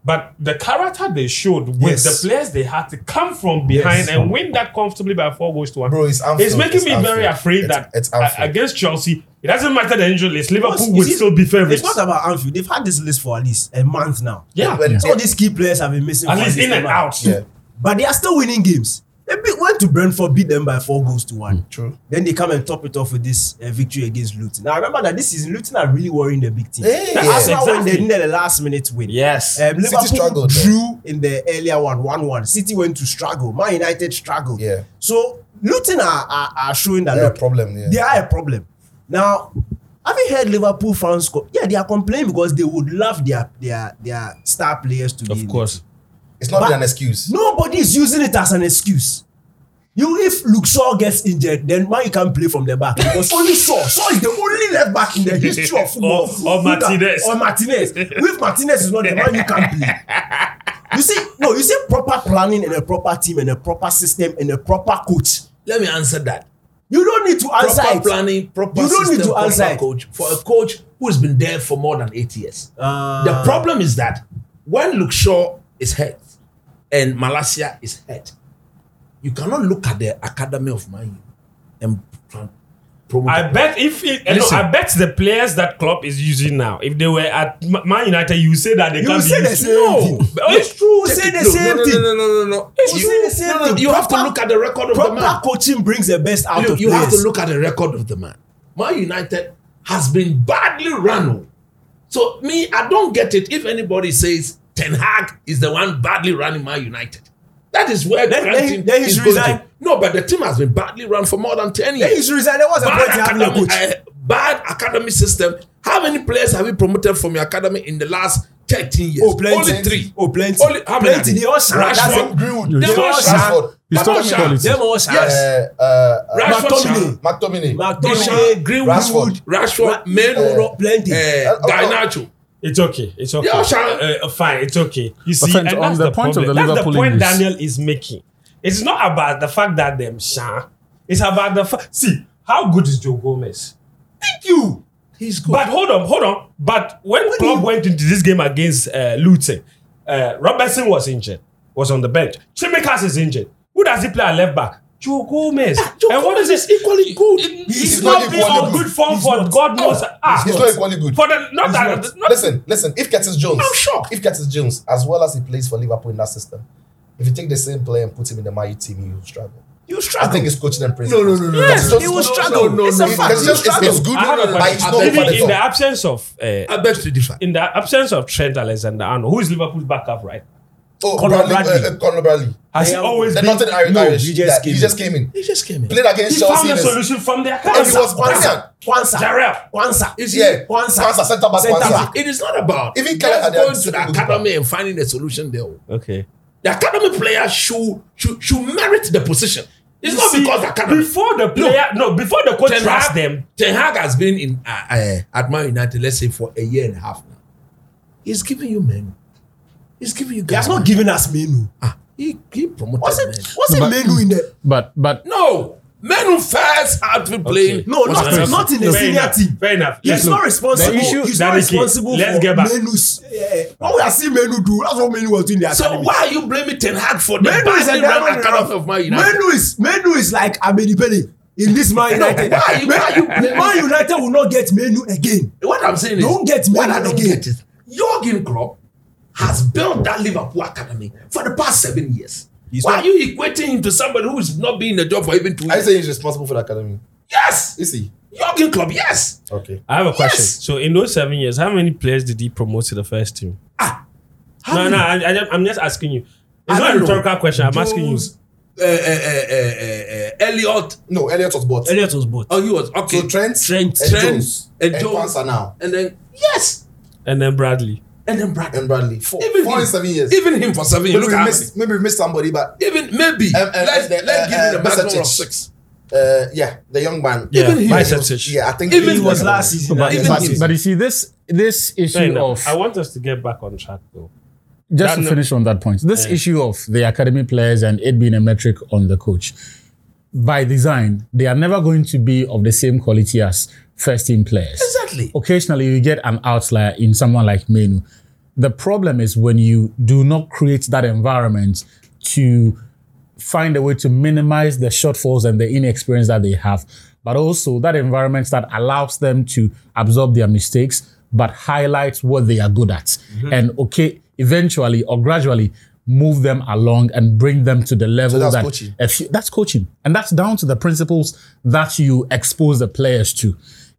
Speaker 1: but the character they showed with
Speaker 3: Yes.
Speaker 1: the players they had to come from behind and win that comfortably by four goals to one.
Speaker 3: Bro, it's Anfield.
Speaker 1: it's making me
Speaker 3: Anfield.
Speaker 1: very afraid
Speaker 3: It's-
Speaker 1: that
Speaker 3: it's
Speaker 1: a-
Speaker 3: Anfield.
Speaker 1: against Chelsea, it doesn't matter the injury list. Liverpool
Speaker 5: Because
Speaker 1: will
Speaker 5: it is-
Speaker 1: still be
Speaker 5: It's
Speaker 1: favourites.
Speaker 5: not about Anfield. They've had this list for at least a month now.
Speaker 1: yeah,
Speaker 3: When-
Speaker 5: Some of these key players have been missing.
Speaker 1: at
Speaker 5: for
Speaker 1: least in
Speaker 5: a
Speaker 1: and
Speaker 5: month.
Speaker 1: out.
Speaker 3: Yeah.
Speaker 5: But they are still winning games. They beat, went to Brentford, beat them by four goals to one.
Speaker 3: Hmm, True.
Speaker 5: Then they come and top it off with this uh, victory against Luton. Now remember that this season Luton are really worrying the big team.
Speaker 3: Hey,
Speaker 5: Now,
Speaker 3: yes,
Speaker 5: Arsenal when they
Speaker 1: exactly.
Speaker 5: needed a last minute win.
Speaker 1: Yes.
Speaker 5: Um, Liverpool
Speaker 3: struggled, though.
Speaker 5: drew in the earlier one, one-one. City went to struggle. Man United struggled.
Speaker 3: Yeah.
Speaker 5: So Luton are, are, are showing that
Speaker 3: They're a
Speaker 5: look,
Speaker 3: problem, yeah.
Speaker 5: They are a problem. Now, have you heard Liverpool fans? Co- yeah, they are complaining because they would love their their their star players to be. in
Speaker 1: of
Speaker 5: the
Speaker 1: course.
Speaker 3: It's not
Speaker 5: But-
Speaker 3: really an excuse.
Speaker 5: Nobody is using it as an excuse. You, if Luke Shaw gets injured, then why you can't play from the back? Because only Shaw, Shaw is the only left back in the history of football.
Speaker 1: *laughs* Or- or
Speaker 5: who can-
Speaker 1: Martinez.
Speaker 5: Or Martinez. If Martinez is not there, why you can't play? You see, no, you see proper planning and a proper team and a proper system and a proper coach.
Speaker 2: Let me answer that.
Speaker 5: You don't need to answer
Speaker 2: proper
Speaker 5: it.
Speaker 2: planning, proper
Speaker 5: You don't
Speaker 2: system,
Speaker 5: need to
Speaker 2: proper
Speaker 5: answer it.
Speaker 2: coach for a coach who's been there for more than eight years.
Speaker 5: Uh,
Speaker 2: the problem is that when Luke Shaw is hurt and Malaysia is hurt, you cannot look at the academy of Man U and promote.
Speaker 1: I bet if it, eh, no,
Speaker 2: Listen.
Speaker 1: I bet the players that Klopp is using now, if they were at Ma- Man United, you say that they
Speaker 5: You
Speaker 1: can't
Speaker 5: will say
Speaker 1: be
Speaker 5: the
Speaker 1: used.
Speaker 5: same
Speaker 1: No,
Speaker 5: thing.
Speaker 1: but it's true.
Speaker 5: Say
Speaker 2: Take
Speaker 5: the
Speaker 2: it- no,
Speaker 5: same
Speaker 2: no,
Speaker 5: thing.
Speaker 2: No, no, no, no, no.
Speaker 5: You say the same
Speaker 2: no, no,
Speaker 5: thing.
Speaker 2: You have to
Speaker 5: Proper-
Speaker 2: look at the record of the man.
Speaker 5: Proper coaching brings the best out
Speaker 2: you,
Speaker 5: of
Speaker 2: you have to
Speaker 5: players.
Speaker 2: look at the record of the man. Man United has been badly run. o. So me, I don't get it if anybody says Ten Hag is the one badly running Man United. That is where
Speaker 5: Then-
Speaker 2: the current
Speaker 5: then-
Speaker 2: team
Speaker 5: then he
Speaker 2: is
Speaker 5: should
Speaker 2: going
Speaker 5: resign.
Speaker 2: to. No, but the team has been badly run for more than ten
Speaker 5: Then you
Speaker 2: years.
Speaker 5: should resign. There was a
Speaker 2: Bad
Speaker 5: point you having a
Speaker 2: academy,
Speaker 5: coach.
Speaker 2: eh, bad academy system. How many players have you promoted from your academy in the last thirteen years?
Speaker 5: Oh, plenty.
Speaker 2: Only three.
Speaker 5: Oh, plenty.
Speaker 2: Only how many?
Speaker 5: Plenty. They all shank. That's
Speaker 2: Rashford,
Speaker 5: it.
Speaker 3: Greenwood.
Speaker 4: You
Speaker 2: Them all
Speaker 5: just-
Speaker 2: shank.
Speaker 3: Rashford.
Speaker 4: He's
Speaker 2: Them all
Speaker 4: talking
Speaker 2: shank.
Speaker 4: quality.
Speaker 5: Them all shank.
Speaker 3: Uh, uh, uh,
Speaker 2: Rashford,
Speaker 5: McTominay.
Speaker 2: shank.
Speaker 3: McTominay.
Speaker 5: McTominay,
Speaker 2: Greenwood,
Speaker 3: Rashford.
Speaker 2: Rashford,
Speaker 5: Menoro,
Speaker 2: Menoro,
Speaker 5: plenty.
Speaker 2: uh,
Speaker 3: oh,
Speaker 2: Garnacho.
Speaker 1: It's okay. It's okay.
Speaker 2: Yeah, Sha-
Speaker 1: uh, fine. It's okay. You see,
Speaker 4: Offense
Speaker 1: and
Speaker 4: on
Speaker 1: that's
Speaker 4: the
Speaker 1: the,
Speaker 4: point of
Speaker 1: problem.
Speaker 4: the
Speaker 1: that's
Speaker 4: Liverpool
Speaker 1: the point
Speaker 4: injuries.
Speaker 1: Daniel is making. It's not about the fact that them shan. It's about the fact. See how good is Joe Gomez? Thank you.
Speaker 2: He's good.
Speaker 1: But hold on, hold on. But when
Speaker 5: do
Speaker 1: Klopp
Speaker 5: you-
Speaker 1: went into this game against uh, Luton, uh, Robertson was injured, was on the bench. Chimikas is injured. Who does he play at left back? Joe Gomez.
Speaker 2: Joe
Speaker 1: and what is
Speaker 2: Gomez
Speaker 1: this?
Speaker 2: is equally good.
Speaker 1: He's,
Speaker 3: He's
Speaker 1: not,
Speaker 3: not
Speaker 1: being
Speaker 3: equally
Speaker 1: on
Speaker 3: good.
Speaker 1: good form for God knows. ah,
Speaker 3: He's not equally good.
Speaker 1: For the not
Speaker 5: He's
Speaker 1: that.
Speaker 5: not.
Speaker 1: Not,
Speaker 3: Listen, listen. If Curtis Jones,
Speaker 1: I'm shocked.
Speaker 3: if Curtis Jones, as well as he plays for Liverpool in that system, if you take the same player and put him in the Mayu team, he will struggle.
Speaker 5: You
Speaker 3: I
Speaker 5: struggle.
Speaker 3: think it's coaching and principles.
Speaker 2: no, no, no,
Speaker 3: Curtis
Speaker 2: no,
Speaker 3: Jones-
Speaker 5: He will
Speaker 3: no,
Speaker 5: struggle.
Speaker 3: no, no,
Speaker 5: It's a
Speaker 3: no.
Speaker 5: fact.
Speaker 3: Curtis Jones
Speaker 5: He will
Speaker 3: is- is
Speaker 5: struggle.
Speaker 3: good,
Speaker 1: I have a
Speaker 3: but it's
Speaker 1: question.
Speaker 3: not
Speaker 1: Even
Speaker 3: over the
Speaker 1: in the
Speaker 3: top.
Speaker 1: absence of uh,
Speaker 2: I beg to differ.
Speaker 1: in the absence of Trent Alexander-Arnold, who is Liverpool's backup, right?
Speaker 3: Oh,
Speaker 5: Conor
Speaker 3: Bradley,
Speaker 5: Bradley.
Speaker 3: uh, uh, Conor Bradley.
Speaker 1: Has he
Speaker 5: Yeah.
Speaker 1: always
Speaker 3: The
Speaker 1: been?
Speaker 3: Northern Irish.
Speaker 5: No,
Speaker 3: Irish.
Speaker 5: he just
Speaker 3: Yeah,
Speaker 5: came
Speaker 3: he
Speaker 5: in.
Speaker 3: just came in.
Speaker 2: He just came in.
Speaker 3: Played against
Speaker 1: He
Speaker 3: Chelsea.
Speaker 1: found a
Speaker 3: in his-
Speaker 1: solution from their
Speaker 3: And he
Speaker 1: academy.
Speaker 3: was brilliant.
Speaker 5: Kwanzaa.
Speaker 1: Jarrell.
Speaker 5: Kwanzaa. Is he?
Speaker 3: Yeah.
Speaker 5: Kwanzaa.
Speaker 3: Kwanzaa, centre-back
Speaker 5: Centre-back.
Speaker 3: Kwanzaa.
Speaker 2: It is not about
Speaker 3: Even
Speaker 2: just
Speaker 3: Canada, they are
Speaker 2: going to the
Speaker 3: super
Speaker 2: academy and finding a solution there. o.
Speaker 1: Okay.
Speaker 2: The academy player should should, should merit the position. It's
Speaker 1: You
Speaker 2: not
Speaker 1: see,
Speaker 2: because the academy.
Speaker 1: Before the player, no, before the coach
Speaker 2: Ten
Speaker 1: trusts
Speaker 2: Hag,
Speaker 1: them,
Speaker 2: Ten Hag has been in uh, uh, at Man United, let's say for a year and a half now. He's giving you men. He's giving you
Speaker 5: He
Speaker 2: guys.
Speaker 5: has not given us menu.
Speaker 2: Ah, he, he promoted
Speaker 5: What's
Speaker 2: men.
Speaker 5: it? What's
Speaker 4: But-
Speaker 5: it menu in there?
Speaker 4: But but
Speaker 2: No, men who first had been playing.
Speaker 5: No,
Speaker 2: was
Speaker 5: not,
Speaker 2: Chelsea.
Speaker 5: not in the
Speaker 1: Fair
Speaker 5: senior
Speaker 1: enough.
Speaker 5: team.
Speaker 1: Fair enough.
Speaker 5: He's
Speaker 1: Let's
Speaker 5: not
Speaker 1: look.
Speaker 5: responsible.
Speaker 1: The issue-
Speaker 5: He's not
Speaker 1: that is it.
Speaker 5: responsible
Speaker 1: Let's
Speaker 5: for
Speaker 1: get back.
Speaker 5: menu's. Uh, what we are seeing menu do? That's what menu was doing in the
Speaker 2: So
Speaker 5: academy.
Speaker 2: why are you blaming Ten Hag for the
Speaker 5: Menu is
Speaker 2: badly
Speaker 5: a diamond
Speaker 2: run
Speaker 5: in the
Speaker 2: academy
Speaker 5: rough.
Speaker 2: of Man United?
Speaker 5: Menu is Menu is like Amedipele in this Man United.
Speaker 2: why you- why you-
Speaker 5: Man United will not get Menu again.
Speaker 2: What I'm saying
Speaker 5: Don't
Speaker 2: is,
Speaker 5: get me
Speaker 2: what I don't
Speaker 5: again.
Speaker 2: get is, Jurgen Klopp has built that Liverpool academy for the past seven years.
Speaker 5: He's
Speaker 2: Why
Speaker 5: not-
Speaker 2: are you equating him to somebody who is not being in the job for even two
Speaker 3: I
Speaker 2: years?
Speaker 3: say he's responsible for the academy.
Speaker 2: yes,
Speaker 3: Is he?
Speaker 2: Jurgen Klopp. Yes,
Speaker 3: Okay.
Speaker 1: I have a question.
Speaker 2: Yes.
Speaker 1: So in those seven years, how many players did he promote to the first team?
Speaker 5: How
Speaker 1: no,
Speaker 5: many-
Speaker 1: no, I, I, just- I'm just asking you.
Speaker 5: I
Speaker 1: It's not a
Speaker 5: don't know.
Speaker 1: rhetorical question. I'm asking you.
Speaker 5: Jones-
Speaker 2: uh, uh, uh, uh, uh, uh, Elliot.
Speaker 3: No, Elliot was bought.
Speaker 5: Elliot was bought.
Speaker 2: Oh, he was okay.
Speaker 3: So Trent,
Speaker 5: Trent,
Speaker 3: and
Speaker 2: Trent,
Speaker 3: Jones,
Speaker 2: and
Speaker 3: and,
Speaker 2: Jones.
Speaker 3: Kwanzaa now,
Speaker 2: and then yes,
Speaker 1: And then Bradley.
Speaker 2: and then Brad.
Speaker 3: and Bradley. Four,
Speaker 2: Even
Speaker 3: four
Speaker 2: him,
Speaker 3: and seven years.
Speaker 2: Even him for seven years.
Speaker 3: maybe,
Speaker 2: Look
Speaker 3: we
Speaker 2: at
Speaker 3: missed, maybe we missed somebody, but
Speaker 2: even maybe
Speaker 3: Um, um,
Speaker 2: let's,
Speaker 3: the-
Speaker 2: let's
Speaker 3: uh,
Speaker 2: give
Speaker 3: uh,
Speaker 2: him the maximum
Speaker 3: Mitrovic.
Speaker 2: of six.
Speaker 3: uh, yeah, the young man.
Speaker 1: Yeah,
Speaker 3: Even him.
Speaker 1: Mitrovic.
Speaker 3: Yeah, I think
Speaker 2: Even
Speaker 5: It was
Speaker 2: no,
Speaker 5: last season.
Speaker 4: but,
Speaker 2: even
Speaker 4: but,
Speaker 2: him.
Speaker 4: but you see this this
Speaker 1: Fair
Speaker 4: issue
Speaker 1: enough.
Speaker 4: of
Speaker 1: I want us to get back on track though.
Speaker 4: just to
Speaker 1: That-
Speaker 4: finish on that point, this issue of the academy players and it being a metric on the coach, by design, they are never going to be of the same quality as first team players.
Speaker 2: Exactly.
Speaker 4: Occasionally, you get an outlier in someone like Menu. The problem is when you do not create that environment to find a way to minimize the shortfalls and the inexperience that they have, but also that environment that allows them to absorb their mistakes, but highlights what they are good at.
Speaker 3: Mm-hmm.
Speaker 4: And okay, eventually or gradually move them along and bring them to the level
Speaker 3: that's
Speaker 4: that
Speaker 3: coaching.
Speaker 4: a few- that's coaching. And that's down to the principles that you expose the players to.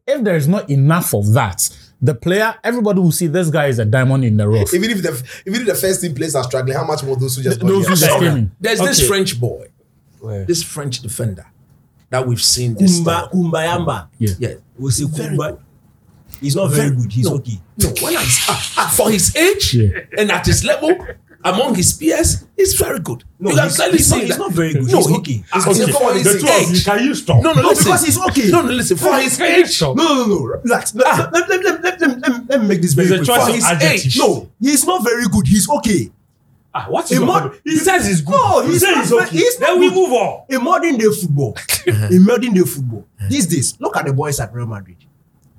Speaker 4: If there is not enough of that, the player, everybody will see this guy is a diamond in the rough.
Speaker 3: Even if the even if the first team players are struggling, how much more those who just got
Speaker 4: Those
Speaker 3: here?
Speaker 4: who just came in.
Speaker 2: There's this
Speaker 1: Okay.
Speaker 2: French boy,
Speaker 1: Where?
Speaker 2: this French defender that we've seen this time.
Speaker 5: Kumba Kumbayamba.
Speaker 4: Yeah.
Speaker 2: Yeah.
Speaker 5: We'll say
Speaker 2: Very
Speaker 5: Kumba. He's not very good. He's okay.
Speaker 2: No, when I, ah, ah, for his age
Speaker 4: Yeah.
Speaker 2: and at his level, among his peers, he's very good.
Speaker 5: No,
Speaker 2: you can
Speaker 5: he's-
Speaker 2: clearly
Speaker 5: he's
Speaker 2: see
Speaker 5: not- he's
Speaker 2: that-
Speaker 5: not very good.
Speaker 2: No,
Speaker 5: He's
Speaker 2: he-
Speaker 5: okay.
Speaker 2: he's
Speaker 3: Okay.
Speaker 2: okay. For
Speaker 3: The
Speaker 2: his
Speaker 3: two of
Speaker 2: age.
Speaker 1: Can you stop?
Speaker 2: No, no,
Speaker 5: No,
Speaker 2: listen.
Speaker 5: because he's okay.
Speaker 2: No, no, listen. For his
Speaker 1: Can you
Speaker 2: age,
Speaker 1: stop?
Speaker 5: No, no, no. Relax. Let,
Speaker 2: Ah.
Speaker 5: let, let, let, let, let, let, let me make this very
Speaker 1: There's a
Speaker 5: quick.
Speaker 1: choice
Speaker 5: For
Speaker 1: of
Speaker 5: his
Speaker 1: adjectives.
Speaker 5: age, No, he's not very good. He's okay.
Speaker 1: Ah, what is
Speaker 5: A
Speaker 1: your
Speaker 5: mod-
Speaker 1: problem? He says he's good.
Speaker 5: No,
Speaker 1: he
Speaker 5: he's
Speaker 1: says
Speaker 5: not
Speaker 1: he's
Speaker 5: very-
Speaker 1: okay.
Speaker 5: he's not
Speaker 1: then we
Speaker 5: good.
Speaker 1: move on.
Speaker 5: in modern day football in modern day football these days look at the boys at real madrid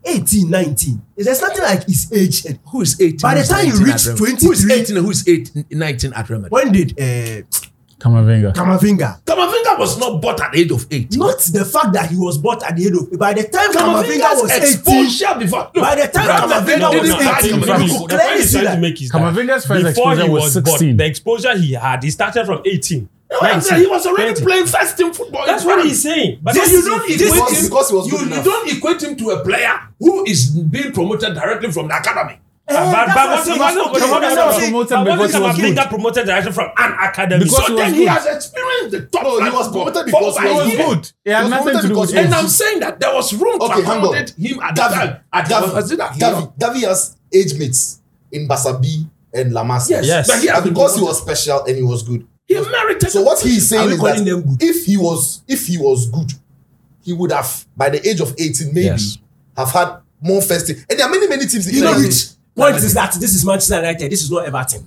Speaker 5: 18 19 there's nothing like his age and
Speaker 2: who is 18?
Speaker 5: By
Speaker 2: who
Speaker 5: the
Speaker 2: is
Speaker 5: time you
Speaker 2: 19
Speaker 5: reach
Speaker 2: at Real-
Speaker 5: 23
Speaker 2: who is 18 and who is 8, 19 at Real Madrid?
Speaker 5: when did uh
Speaker 4: Kamavinga.
Speaker 5: Kamavinga.
Speaker 2: Kamavinga was not bought at the age of eight.
Speaker 5: Not the fact that he was bought at the age of by the time Kamavinga,
Speaker 2: Kamavinga
Speaker 5: was
Speaker 2: was
Speaker 5: 18,
Speaker 2: exposure before. Look,
Speaker 5: by the time
Speaker 2: Kamavinga
Speaker 5: Kamavinga
Speaker 2: didn't
Speaker 1: No, no, I think the
Speaker 5: was 18, you
Speaker 1: point
Speaker 5: could clearly
Speaker 1: he's
Speaker 5: see
Speaker 1: trying to
Speaker 5: that.
Speaker 1: make is that
Speaker 4: Kamavinga's first
Speaker 1: before he
Speaker 4: exposure was
Speaker 1: was bought,
Speaker 4: 16.
Speaker 1: the exposure he had, he started from 18.
Speaker 2: I'm
Speaker 1: 19,
Speaker 2: saying he was already
Speaker 1: 20.
Speaker 2: playing first team football. in
Speaker 1: That's what
Speaker 2: France.
Speaker 1: he's saying. But
Speaker 2: But
Speaker 1: that's-
Speaker 2: you don't
Speaker 3: this
Speaker 2: equate
Speaker 3: is-
Speaker 2: him.
Speaker 3: because he was
Speaker 2: you,
Speaker 3: good
Speaker 2: you
Speaker 3: enough.
Speaker 2: don't equate him to a player who is being promoted directly from the academy.
Speaker 1: But- but
Speaker 5: that's
Speaker 1: what-
Speaker 5: what I'm
Speaker 1: Ah, but
Speaker 5: saying.
Speaker 1: what- but
Speaker 5: That's
Speaker 1: what-
Speaker 5: what I'm
Speaker 4: saying.
Speaker 1: but
Speaker 4: Promoted
Speaker 1: what
Speaker 4: because he was
Speaker 1: Kamavinga
Speaker 4: good.
Speaker 1: promoted directly from an academy.
Speaker 4: Because
Speaker 1: So
Speaker 4: he
Speaker 2: Then
Speaker 1: then
Speaker 4: was
Speaker 2: he
Speaker 4: good.
Speaker 2: has experienced the top.
Speaker 3: No, he
Speaker 2: flight
Speaker 3: was
Speaker 2: football
Speaker 3: promoted because
Speaker 2: for
Speaker 3: he was
Speaker 2: five years.
Speaker 3: good.
Speaker 4: It had
Speaker 3: He was
Speaker 4: nothing to
Speaker 3: promoted
Speaker 4: do with
Speaker 3: because-
Speaker 4: age.
Speaker 2: And I'm saying that there was room to
Speaker 3: Okay, hang on.
Speaker 2: accommodate him at the
Speaker 3: Davi,
Speaker 2: time. At
Speaker 3: Davi,
Speaker 2: was it that
Speaker 3: Davi, Davi has age mates in Basabi and Lamas.
Speaker 2: Yes.
Speaker 1: Yes.
Speaker 2: But he has
Speaker 3: And
Speaker 2: been
Speaker 3: because he
Speaker 2: promoted.
Speaker 3: was special and he was good.
Speaker 2: he merited.
Speaker 3: So what he's
Speaker 5: Are
Speaker 3: saying
Speaker 5: we
Speaker 3: is
Speaker 5: calling them
Speaker 3: that
Speaker 5: good?
Speaker 3: if he was if he was good, he would have by the age of 18 maybe
Speaker 1: Yes.
Speaker 3: have had more first team. And there are many many teams in
Speaker 5: You know
Speaker 3: Italy.
Speaker 5: which point is that this is Manchester United, this is not Everton.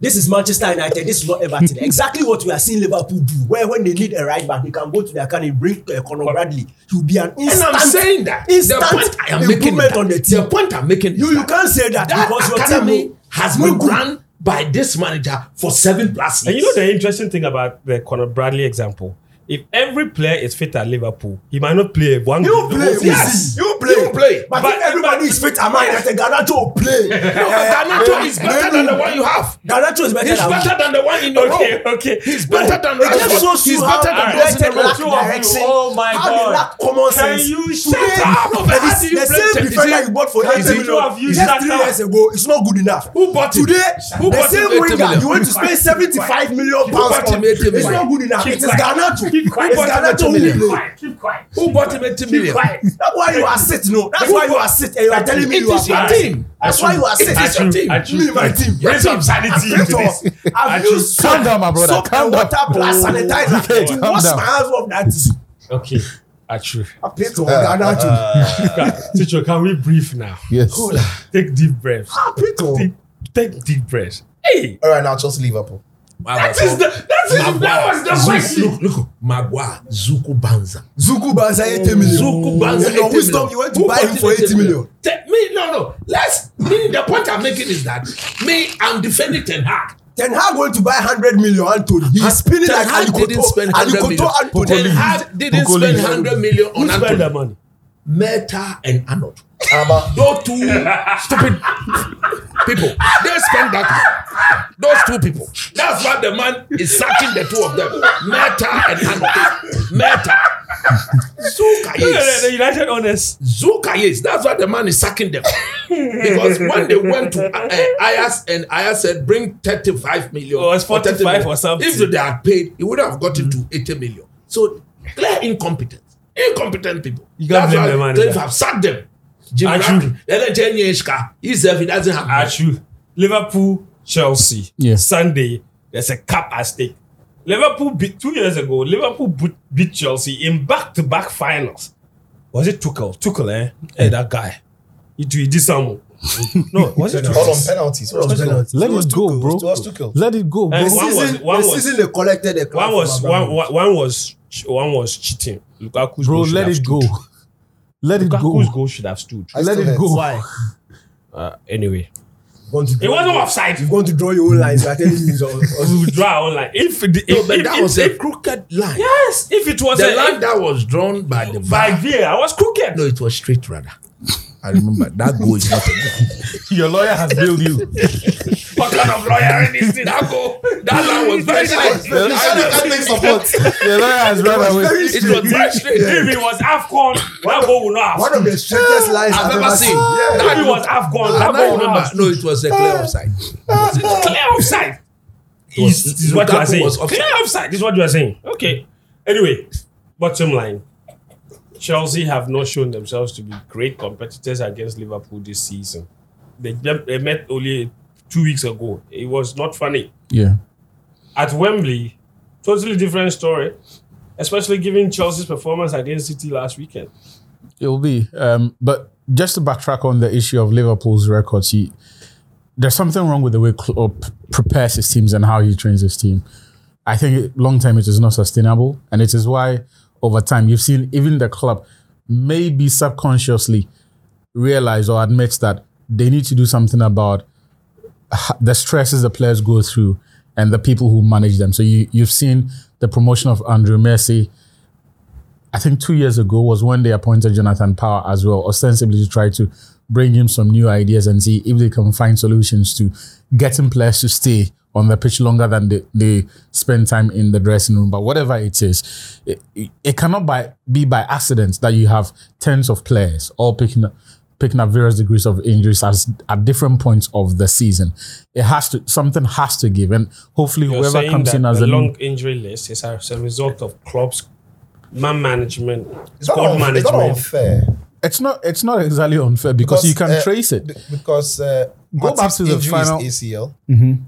Speaker 5: This is Manchester United, this is not
Speaker 2: *laughs*
Speaker 5: Everton. exactly what we are seeing Liverpool do, where when they need a right back, they can go to their academy, bring uh, Conor Bradley. He'll be an
Speaker 2: And
Speaker 5: instant,
Speaker 2: I'm saying that
Speaker 5: instant
Speaker 2: the point I am making
Speaker 5: improvement
Speaker 2: that,
Speaker 5: on the
Speaker 2: The
Speaker 5: team.
Speaker 2: point I'm making is
Speaker 5: You, you
Speaker 2: that
Speaker 5: can't say that,
Speaker 2: that
Speaker 5: because your
Speaker 2: academy
Speaker 5: team
Speaker 2: has
Speaker 5: no
Speaker 2: been
Speaker 5: good.
Speaker 2: run by this manager for seven plus
Speaker 1: And you
Speaker 2: years.
Speaker 1: know the interesting thing about the Conor Bradley example? If every player is fit at Liverpool, he might not play one game.
Speaker 5: You
Speaker 1: the
Speaker 5: play,
Speaker 1: whole season.
Speaker 5: yes,
Speaker 2: you play, you play.
Speaker 5: But,
Speaker 1: But-
Speaker 5: if everybody is fit, am I United? Garnacho will play. Eh, no,
Speaker 2: *laughs* No, but Garnacho is better than the one you have.
Speaker 5: Garnacho is better
Speaker 2: He's
Speaker 5: than
Speaker 2: better than the one in
Speaker 1: *laughs*
Speaker 2: the
Speaker 1: Okay,
Speaker 2: row.
Speaker 1: okay.
Speaker 2: He's better than
Speaker 5: It Oh. just
Speaker 2: Rashford.
Speaker 5: shows
Speaker 2: He's
Speaker 5: you how
Speaker 2: better than those in
Speaker 5: United
Speaker 2: the row.
Speaker 5: lack
Speaker 1: two of you.
Speaker 5: direction.
Speaker 1: Oh my
Speaker 5: how
Speaker 1: God.
Speaker 5: they lack common
Speaker 1: Can
Speaker 5: sense.
Speaker 1: you
Speaker 5: Today,
Speaker 1: shut up?
Speaker 5: the-
Speaker 2: How do you
Speaker 5: The
Speaker 2: play
Speaker 5: same
Speaker 2: Chelsea?
Speaker 5: defender you bought for
Speaker 1: Can
Speaker 5: 80
Speaker 1: you two
Speaker 5: million
Speaker 1: of you
Speaker 5: just
Speaker 1: shut
Speaker 5: three
Speaker 1: up?
Speaker 5: years ago is not good enough.
Speaker 2: Who bought him?
Speaker 5: Today,
Speaker 2: Who
Speaker 5: the
Speaker 2: bought him
Speaker 5: same
Speaker 2: 80
Speaker 5: winger
Speaker 2: million?
Speaker 5: you went to
Speaker 2: Keep
Speaker 5: spend
Speaker 2: quiet.
Speaker 5: 75 million pounds
Speaker 2: bought
Speaker 5: on.
Speaker 2: him 80
Speaker 5: It's
Speaker 2: million?
Speaker 5: not good enough.
Speaker 1: Keep
Speaker 5: It is
Speaker 1: quiet.
Speaker 5: Garnacho. It is
Speaker 1: Keep quiet. Who bought
Speaker 5: Garnacho
Speaker 2: Garnacho
Speaker 5: who
Speaker 2: million?
Speaker 5: play.
Speaker 1: Keep quiet.
Speaker 2: Who bought him 80 million?
Speaker 5: That's why you are sitting. No, that's why you are sitting. And you are telling me
Speaker 2: It
Speaker 5: you are
Speaker 2: is your
Speaker 5: bad.
Speaker 2: team.
Speaker 5: That's why you are
Speaker 2: It
Speaker 5: sitting.
Speaker 2: is your team.
Speaker 1: I choose-
Speaker 5: Me, my team.
Speaker 2: Raise
Speaker 5: Your
Speaker 2: up
Speaker 5: team.
Speaker 2: sanity
Speaker 5: I've
Speaker 2: into this.
Speaker 5: used- I've used
Speaker 4: Calm down, my brother.
Speaker 5: soap
Speaker 4: Calm
Speaker 5: and
Speaker 4: down.
Speaker 5: water
Speaker 2: Oh,
Speaker 5: plus sanitizer to
Speaker 4: calm
Speaker 5: wash
Speaker 4: down.
Speaker 5: my hands off that tissue.
Speaker 1: Okay, Achu.
Speaker 5: I played to Garnacho.
Speaker 3: Uh,
Speaker 1: Teacher, can we breathe now?
Speaker 3: Yes.
Speaker 1: Take deep breaths.
Speaker 5: I played to.
Speaker 1: Take, take deep breaths. Hey,
Speaker 3: All right, now Chelsea Liverpool.
Speaker 2: That is the that is that was the question. Look, look, Magua, Zuku Banza.
Speaker 5: Zuku Banza
Speaker 3: Oh.
Speaker 5: 80 million.
Speaker 2: Zuku Banza.
Speaker 5: In your
Speaker 2: 80
Speaker 5: wisdom,
Speaker 2: million.
Speaker 5: you went to
Speaker 2: Who
Speaker 5: buy him
Speaker 2: bought
Speaker 5: for 80 million.
Speaker 2: Te- Me, no, no. Let's. Me, the point I'm making is that me, I'm defending Ten Hag.
Speaker 5: Ten Hag going to buy 100 million, Anthony. He's spinning
Speaker 2: Ten
Speaker 5: like
Speaker 2: Hag
Speaker 5: Alikoto.
Speaker 2: didn't spend 100 million.
Speaker 5: Alikoto
Speaker 2: Ten
Speaker 5: Anthony.
Speaker 2: Hag didn't spend 100 million
Speaker 1: who
Speaker 2: on
Speaker 1: spent that
Speaker 2: Anthony.
Speaker 1: money?
Speaker 2: Meta and Arnold.
Speaker 3: Abba.
Speaker 2: Those two stupid people. They spend that money. Those two people. That's why the man is searching the two of them. Meta and Arnold. Meta. Zuka,
Speaker 1: No, no, no,
Speaker 2: yes.
Speaker 1: The United owners.
Speaker 2: Zuka is. That's why the man is sucking them. because when they went to uh, Ayas and Ayas said, bring 35 million.
Speaker 1: Or Oh, it's
Speaker 2: 30
Speaker 1: 45
Speaker 2: million."
Speaker 1: or something. Mm.
Speaker 2: If they had paid, it would have gotten to 80 million. So clear incompetence. Incompetent people.
Speaker 1: You can't blame the man in
Speaker 2: They
Speaker 1: that.
Speaker 2: have sacked them. Jim
Speaker 1: Achu.
Speaker 2: Ratcliffe, Ellen Jenyeska, he said he doesn't have money.
Speaker 1: Achu. Liverpool, Chelsea.
Speaker 4: Yeah.
Speaker 1: Sunday, there's a cup at stake. Liverpool beat two years ago. Liverpool beat, beat Chelsea in back-to-back finals. Was it Tuchel? Tuchel, eh? Hey, that guy. He, he did some. no, was it
Speaker 3: All on
Speaker 1: Tuchel?
Speaker 3: penalties.
Speaker 4: Let it go, bro.
Speaker 3: It was Tuchel.
Speaker 4: Let it go,
Speaker 1: Eh, one
Speaker 4: bro.
Speaker 5: The
Speaker 1: was-
Speaker 5: season,
Speaker 1: one
Speaker 5: the
Speaker 1: was-
Speaker 5: season they collected the
Speaker 1: One was one, one, one was one was cheating. Lukaku's
Speaker 4: Bro,
Speaker 1: goal should
Speaker 4: let
Speaker 1: have
Speaker 4: it
Speaker 1: stood.
Speaker 4: go. Let it
Speaker 1: Lukaku's
Speaker 4: go.
Speaker 1: goal should have stood.
Speaker 3: I
Speaker 4: Let
Speaker 3: still
Speaker 4: it
Speaker 3: hurt.
Speaker 4: go. *laughs*
Speaker 5: Why?
Speaker 1: Uh, anyway,
Speaker 5: Going to
Speaker 1: it
Speaker 5: draw-
Speaker 1: wasn't offside.
Speaker 5: You're going to draw your own lines. You are telling me it's all- all-
Speaker 1: We will draw our own line. If the, if,
Speaker 2: No, but
Speaker 1: if,
Speaker 2: that
Speaker 1: if,
Speaker 2: was
Speaker 1: if,
Speaker 2: a crooked line.
Speaker 1: yes, if it was a,
Speaker 2: The line that was drawn by the
Speaker 1: by
Speaker 2: VAR.
Speaker 1: VAR, I was crooked.
Speaker 2: No, it was straight rather. I remember that goal is not a goal.
Speaker 4: Your lawyer has billed you.
Speaker 2: What kind of lawyer is this? That goal, that line was very nice.
Speaker 3: That that makes support.
Speaker 4: Your lawyer has run away.
Speaker 2: *laughs* It was very straight.
Speaker 1: If it was AFCON, that goal would not have
Speaker 5: One of
Speaker 1: stood.
Speaker 5: the straightest lines
Speaker 2: I've ever seen.
Speaker 1: If it
Speaker 2: That
Speaker 1: was AFCON, that
Speaker 2: And I
Speaker 1: goal would
Speaker 2: remember,
Speaker 1: not have
Speaker 2: no, it was a clear
Speaker 3: Ah.
Speaker 2: offside.
Speaker 1: stood. Clear offside. Is, is what you are
Speaker 2: Lukaku
Speaker 1: saying.
Speaker 2: was offside.
Speaker 1: Clear offside is what you are saying. Okay. Anyway, bottom line. Chelsea have not shown themselves to be great competitors against Liverpool this season. They, they met only two weeks ago. It was not funny.
Speaker 4: Yeah.
Speaker 1: at Wembley, totally different story, especially given Chelsea's performance against City last weekend.
Speaker 4: It'll be. Um, but just to backtrack on the issue of Liverpool's records, he, there's something wrong with the way Klopp prepares his teams and how he trains his team. I think long term it is not sustainable, and it is why over time you've seen even the club maybe subconsciously realize or admits that they need to do something about h- the stresses the players go through and the people who manage them. So you you've seen the promotion of Andrew Messi. I think two years ago was when they appointed Jonathan Power as well, ostensibly to try to bring him some new ideas and see if they can find solutions to getting players to stay on the pitch longer than they, they spend time in the dressing room. But whatever it is, it, it- it cannot by, be by accident that you have tens of players all picking up. Picking up various degrees of injuries as, at different points of the season, it has to something has to give, and hopefully
Speaker 1: You're
Speaker 4: whoever
Speaker 1: saying
Speaker 4: comes
Speaker 1: that
Speaker 4: in as
Speaker 1: the
Speaker 4: a
Speaker 1: long injury list is as a result of clubs, man management,
Speaker 3: It's not,
Speaker 1: squad
Speaker 3: unfair. it's not
Speaker 1: management.
Speaker 3: unfair.
Speaker 4: it's not it's not exactly unfair because, you can
Speaker 3: uh,
Speaker 4: trace it.
Speaker 3: be- Because uh,
Speaker 4: Go back
Speaker 3: Matip's
Speaker 4: to the
Speaker 3: injury is
Speaker 4: final- Mm-hmm.
Speaker 3: ACL.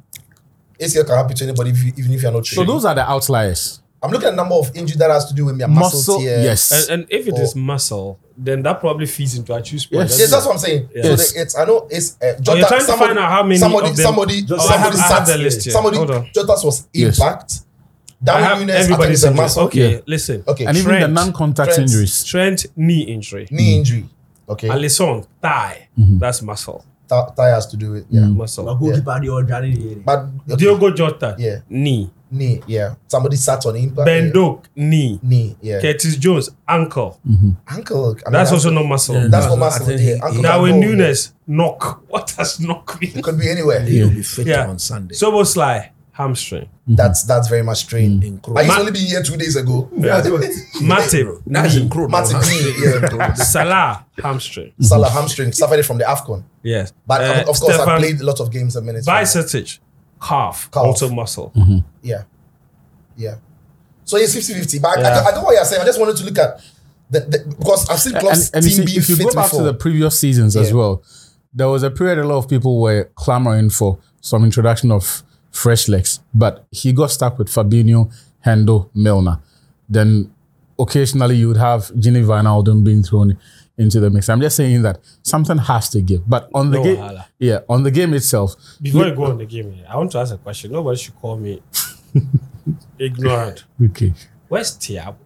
Speaker 3: ACL can happen to anybody, if you, even if you're not
Speaker 4: So
Speaker 3: trained.
Speaker 4: those are the outliers.
Speaker 3: I'm looking at the number of injury that has to do with my muscle,
Speaker 4: Muscle,
Speaker 3: tear.
Speaker 4: yes.
Speaker 1: And, and if it is
Speaker 3: Or-
Speaker 1: muscle, then that probably feeds into Achu's point.
Speaker 4: Yes.
Speaker 1: doesn't
Speaker 3: Oh. Yes, that's
Speaker 1: it?
Speaker 3: what I'm saying. So
Speaker 4: Yes.
Speaker 3: the, it's I know it's uh, Jota.
Speaker 1: trying to find out how many
Speaker 3: somebody
Speaker 1: of them-
Speaker 3: somebody
Speaker 1: Just- I
Speaker 3: somebody
Speaker 1: have- I have
Speaker 3: sat,
Speaker 1: the list here.
Speaker 3: somebody
Speaker 1: Hold on.
Speaker 3: Jota's was
Speaker 4: Yes.
Speaker 3: impact.
Speaker 1: I
Speaker 3: Darwin
Speaker 1: have
Speaker 3: Nunes
Speaker 1: everybody's
Speaker 3: everybody's a
Speaker 1: injury.
Speaker 3: muscle.
Speaker 1: Okay, listen.
Speaker 3: Okay.
Speaker 4: and even the
Speaker 1: Trent.
Speaker 4: non-contact
Speaker 3: Trent.
Speaker 4: injuries.
Speaker 1: Trent knee injury.
Speaker 3: knee injury. Okay.
Speaker 1: Alisson thigh.
Speaker 4: Mm-hmm.
Speaker 1: That's muscle.
Speaker 3: Tha- Thai has to do it.
Speaker 4: Mm.
Speaker 3: Yeah.
Speaker 5: My
Speaker 1: Muscle.
Speaker 5: goalkeeper, they all done it here.
Speaker 3: But okay,
Speaker 1: Diogo Jota.
Speaker 3: Yeah.
Speaker 1: Knee.
Speaker 3: knee. Yeah. Somebody sat on impact.
Speaker 1: Ben
Speaker 3: Yeah.
Speaker 1: Doak knee.
Speaker 3: Knee. Yeah.
Speaker 1: Curtis Jones ankle.
Speaker 3: Ankle. I mean, uh,
Speaker 1: That's also not muscle.
Speaker 5: Yeah,
Speaker 3: That's
Speaker 5: No,
Speaker 3: not
Speaker 5: no, I
Speaker 3: muscle.
Speaker 5: think
Speaker 3: Yeah.
Speaker 5: he-
Speaker 3: Ankle.
Speaker 1: Darwin
Speaker 3: can go, yeah.
Speaker 1: Nunes knock. *laughs* What does knock mean?
Speaker 3: It could be anywhere.
Speaker 2: He'll be fit
Speaker 1: Yeah.
Speaker 2: on Sunday.
Speaker 1: Soboslai hamstring.
Speaker 4: Mm-hmm.
Speaker 3: That's that's very much strained.
Speaker 2: In Kro-
Speaker 3: But he's
Speaker 1: Ma-
Speaker 3: only been here two days ago. *laughs*
Speaker 1: Matip
Speaker 2: That's in
Speaker 1: knee.
Speaker 2: Kro-
Speaker 3: Mm. Martin Green, yeah.
Speaker 1: Salah hamstring.
Speaker 4: Mm-hmm.
Speaker 3: Salah hamstring suffered it from the Afcon.
Speaker 1: Yes.
Speaker 3: But
Speaker 1: Uh,
Speaker 3: um, of course, I
Speaker 1: Stefan
Speaker 3: played a lot of games and minutes. for him.
Speaker 1: Bicetic calf,
Speaker 3: Calf.
Speaker 1: also muscle.
Speaker 3: Yeah. Yeah. So it's 50 50. But I-
Speaker 1: Yeah.
Speaker 3: I, I, know what you're saying. I just wanted to look at the, the because I've seen
Speaker 4: And,
Speaker 3: clubs
Speaker 4: and you
Speaker 3: team
Speaker 4: see,
Speaker 3: being
Speaker 4: if you
Speaker 3: fit
Speaker 4: go back
Speaker 3: before.
Speaker 4: to the previous seasons as
Speaker 3: Yeah.
Speaker 4: well, there was a period a lot of people were clamoring for some introduction of fresh legs, but he got stuck with Fabinho, Hendo, Milner. Then occasionally you would have Gini Van Alden being thrown into the mix. I'm just saying that something has to give. But on the
Speaker 1: No
Speaker 4: game,
Speaker 1: wahala.
Speaker 4: yeah, on the game itself,
Speaker 1: Before you go on the game, I want to ask a question. Nobody should call me ignorant.
Speaker 4: okay.
Speaker 1: Where's Tiago?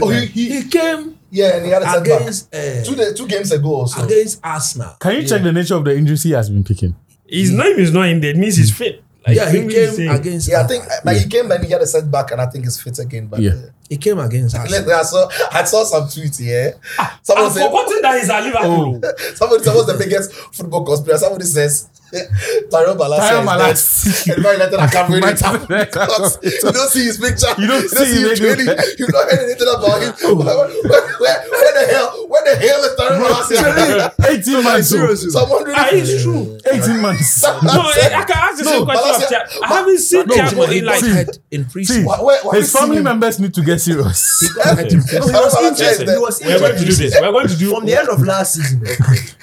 Speaker 3: oh, he, he,
Speaker 2: he came
Speaker 3: yeah, and he had a setback.
Speaker 2: against uh,
Speaker 3: Two, day, two games ago or so.
Speaker 2: against Arsenal.
Speaker 4: Can you check the nature of the injuries he has been
Speaker 3: *laughs*
Speaker 4: picking?
Speaker 1: His name is not in there. It means he's fit. Like,
Speaker 2: Yeah, he
Speaker 1: simply
Speaker 2: came
Speaker 1: saying-
Speaker 2: against.
Speaker 3: Yeah, I think
Speaker 2: Arsenal.
Speaker 3: but he came and he had a setback, and I think he's fit again. But
Speaker 4: Yeah.
Speaker 3: yeah.
Speaker 2: he came against Arsenal.
Speaker 3: *laughs* I saw I saw some tweets here. Someone
Speaker 1: I've
Speaker 3: said
Speaker 1: forgotten that he's at Liverpool.
Speaker 3: somebody someone's the biggest football conspirator. Somebody says *laughs* Tyrone
Speaker 4: Tyrone
Speaker 3: Bala says that Man United are covering
Speaker 4: Might
Speaker 3: it up
Speaker 4: have
Speaker 3: *laughs*
Speaker 4: been
Speaker 3: because you don't see his picture.
Speaker 4: You don't see him
Speaker 3: his
Speaker 4: anywhere.
Speaker 3: training. You don't hear anything about him. Where, where, where, where the hell? Where the hell is Tyrone Bala? saying-
Speaker 4: *laughs* 18 months. oh.
Speaker 3: *laughs* So I'm wondering.
Speaker 1: Ah, it's true.
Speaker 4: 18
Speaker 5: *laughs*
Speaker 4: months.
Speaker 1: No, I I can ask the same question
Speaker 3: No,
Speaker 1: of
Speaker 3: Balasia-
Speaker 1: Thiago. I haven't seen
Speaker 2: No,
Speaker 1: Thiago
Speaker 2: he
Speaker 1: in
Speaker 2: got
Speaker 1: like
Speaker 2: hurt in pre-season.
Speaker 4: See,
Speaker 3: Why- why- why
Speaker 4: his
Speaker 3: we see
Speaker 4: family
Speaker 3: him?
Speaker 4: members need to get serious.
Speaker 2: He got hurt in pre-season.
Speaker 3: Tyrone
Speaker 1: Listen,
Speaker 3: Bala says that-
Speaker 5: *laughs* He was
Speaker 1: We're going to do this. We're going to do
Speaker 5: From the end of last season,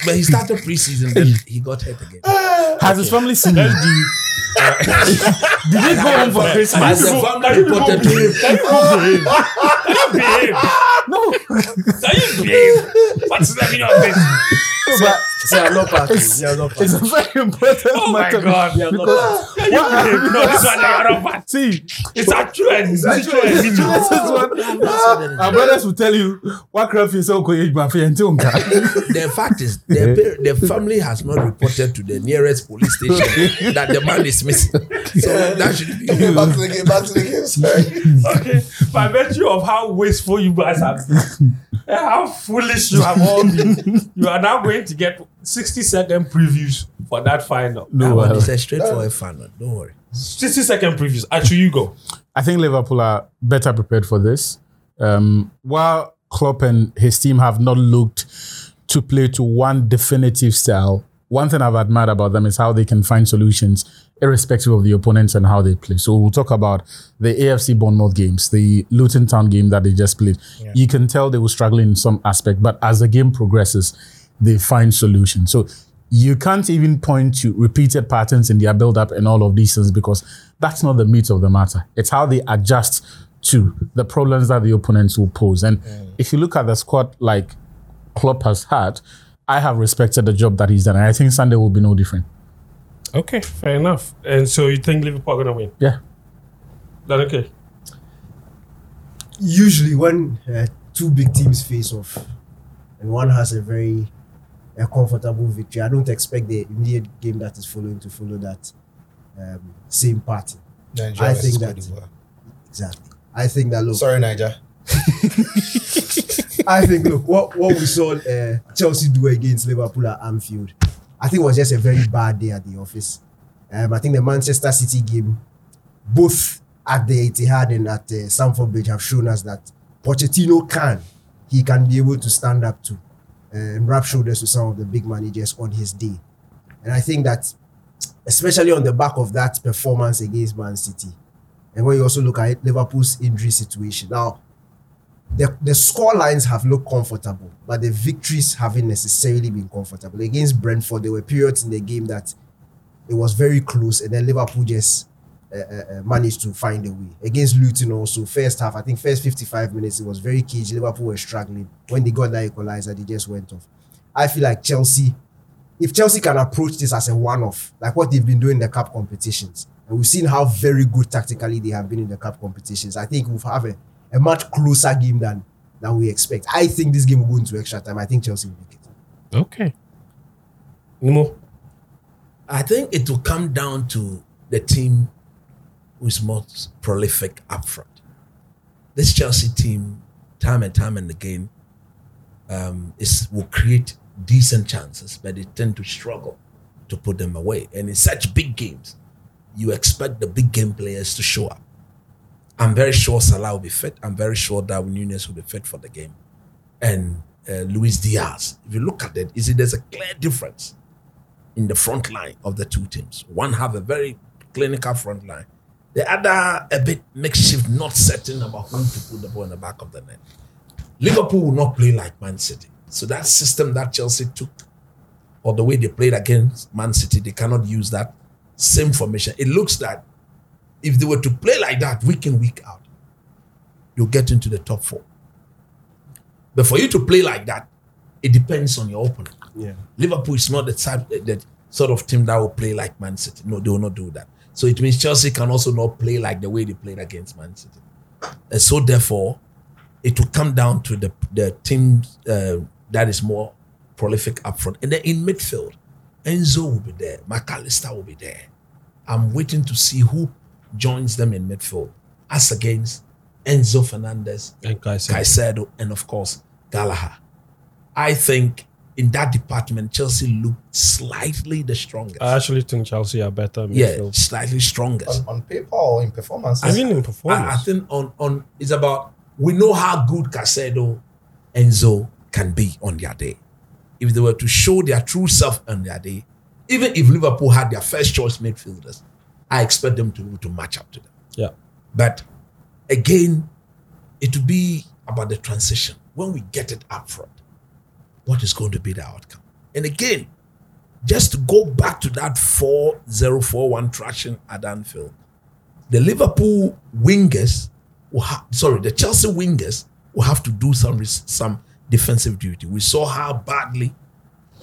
Speaker 2: But he started preseason, then he got hurt again.
Speaker 3: Ah,
Speaker 4: Has his family seen him? *laughs* Did they go home for
Speaker 2: As
Speaker 4: Christmas?
Speaker 2: a
Speaker 1: people- people
Speaker 2: family reported to
Speaker 1: behave.
Speaker 2: him,
Speaker 1: behave.
Speaker 5: *laughs*
Speaker 4: No,
Speaker 1: Can you behave? What's the meaning of this?
Speaker 4: but
Speaker 5: they are not party. They are not
Speaker 4: it's a very important
Speaker 1: Oh my
Speaker 4: matter.
Speaker 1: God.
Speaker 5: Yeah,
Speaker 4: *laughs*
Speaker 5: no,
Speaker 4: Because
Speaker 1: Can you behave? No, this one, you're
Speaker 4: *laughs*
Speaker 1: not bad.
Speaker 4: see,
Speaker 1: It's actual. It's actual.
Speaker 4: this is
Speaker 5: *laughs*
Speaker 4: what our brothers will tell you. What crap is so cool? My friend,
Speaker 5: *laughs*
Speaker 4: Tonka.
Speaker 2: the fact is, the, par- the family has not reported to the nearest police station that the man is missing. So that should be.
Speaker 3: Okay, back to the game. Back to the game. Sorry.
Speaker 1: Okay, by virtue of how wasteful you guys have been, and how foolish you have all been, you are now going to get 60 second previews for that final.
Speaker 2: That
Speaker 4: No,
Speaker 2: one
Speaker 4: well,
Speaker 2: is a straightforward fan. Don't worry.
Speaker 1: 60 second previews. Actually, you go.
Speaker 4: I think Liverpool are better prepared for this. Um, while Klopp and his team have not looked to play to one definitive style, one thing I've admired about them is how they can find solutions irrespective of the opponents and how they play. So we'll talk about the AFC Bournemouth games, the Luton Town game that they just played. You can tell they were struggling in some aspect, but as the game progresses, they find solutions. So you can't even point to repeated patterns in their build-up and all of these things because that's not the meat of the matter. It's how they adjust to the problems that the opponents will pose. And if you look at the squad like Klopp has had, I have respected the job that he's done. And I think Sunday will be no different.
Speaker 1: Okay, fair enough. And so you think Liverpool are going to win?
Speaker 4: Yeah.
Speaker 1: That okay?
Speaker 5: usually when uh, two big teams face off and one has a very uh, comfortable victory, I don't expect the immediate game that is following to follow that. um, same party.
Speaker 3: Nigeria
Speaker 5: I
Speaker 3: versus
Speaker 5: think
Speaker 3: Cote
Speaker 5: that-
Speaker 3: d'Ivoire.
Speaker 5: Exactly. I think that look.
Speaker 3: Sorry, Niger.
Speaker 5: *laughs* I think look what what we saw uh, Chelsea do against Liverpool at Anfield. I think it was just a very bad day at the office. Um, I think the Manchester City game, both at the Etihad and at uh, Stamford Bridge, have shown us that Pochettino can. He can be able to stand up to uh, and rub shoulders with some of the big managers on his day. And I think that, especially on the back of that performance against Man City, and when you also look at Liverpool's injury situation now, the, the score lines have looked comfortable, but the victories haven't necessarily been comfortable. Against Brentford, there were periods in the game that it was very close, and then Liverpool just uh, uh, uh, managed to find a way. Against Luton, also, first half, I think first 55 minutes, it was very cagey. Liverpool were struggling. When they got that equalizer, they just went off. I feel like Chelsea, if Chelsea can approach this as a one off, like what they've been doing in the cup competitions, and we've seen how very good tactically they have been in the cup competitions, I think we'll have a, a much closer game than, than we expect. I think this game will go into extra time. I think Chelsea will make it.
Speaker 6: Okay.
Speaker 1: Nimo.
Speaker 2: I think it will come down to the team who is most prolific up front. This Chelsea team, time and time and again, um, is will create decent chances, but they tend to struggle to put them away. And in such big games, you expect the big game players to show up. I'm very sure Salah will be fit. I'm very sure Darwin Nunes will be fit for the game. And uh, Luis Diaz. If you look at it, you see there's a clear difference in the front line of the two teams. One have a very clinical front line. The other a bit makeshift, not certain about who to put the ball in the back of the net. Liverpool will not play like Man City. So that system that Chelsea took, or the way they played against Man City, they cannot use that same formation. It looks that if they were to play like that week in, week out, you'll get into the top four. But for you to play like that, it depends on your opponent.
Speaker 7: Yeah.
Speaker 2: Liverpool is not the type that, that sort of team that will play like Man City. No, they will not do that. So it means Chelsea can also not play like the way they played against Man City. And so therefore, it will come down to the the team uh, that is more prolific up front. And then in midfield, Enzo will be there, McAllister will be there. I'm waiting to see who joins them in midfield as against Enzo Fernandez
Speaker 1: And Kaiser.
Speaker 2: Caicedo, and of course Gallagher. I think in that department, Chelsea looked slightly the strongest.
Speaker 1: I actually think Chelsea are better. in
Speaker 2: yeah,
Speaker 1: midfield.
Speaker 2: slightly strongest.
Speaker 3: On, on paper or in performance?
Speaker 1: I mean in
Speaker 2: I, I
Speaker 1: performance.
Speaker 2: think on on it's about we know how good Caicedo, Enzo can be on their day. If they were to show their true self on their day, even if Liverpool had their first choice midfielders, I expect them to to match up to them.
Speaker 1: yeah.
Speaker 2: But again, it will be about the transition. When we get it up front, what is going to be the outcome? And again, just to go back to that 4041 traction at Anfield, the Liverpool wingers, will ha- sorry, the Chelsea wingers will have to do some, res- some defensive duty. We saw how badly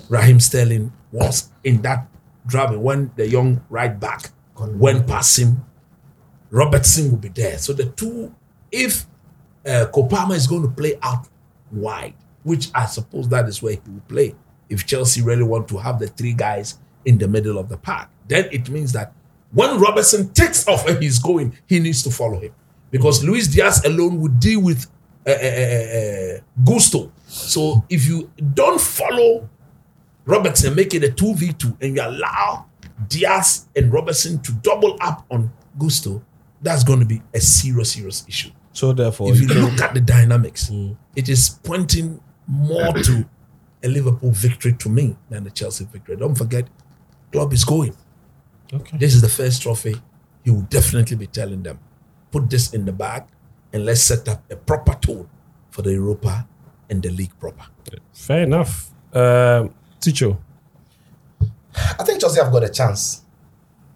Speaker 2: Raheem Sterling was in that driving when the young right back went past him Robertson will be there. So the two, if uh, Kopama is going to play out wide, which I suppose that is where he will play, if Chelsea really want to have the three guys in the middle of the park, then it means that when Robertson takes off and he's going, he needs to follow him because Luis Diaz alone would deal with uh, uh, uh, uh, Gusto. So if you don't follow Robertson make it a 2v2 and you allow Diaz and Robertson to double up on Gusto, that's going to be a serious, serious issue.
Speaker 1: So therefore,
Speaker 2: If you look at the dynamics,
Speaker 3: Mm.
Speaker 2: it is pointing more to a Liverpool victory to me than a Chelsea victory. Don't forget, club is going.
Speaker 1: okay.
Speaker 2: This is the first trophy. He will definitely be telling them, put this in the bag and let's set up a proper tone for the Europa and the league proper.
Speaker 1: fair enough. Um, Ticho,
Speaker 3: I think Chelsea have got a chance.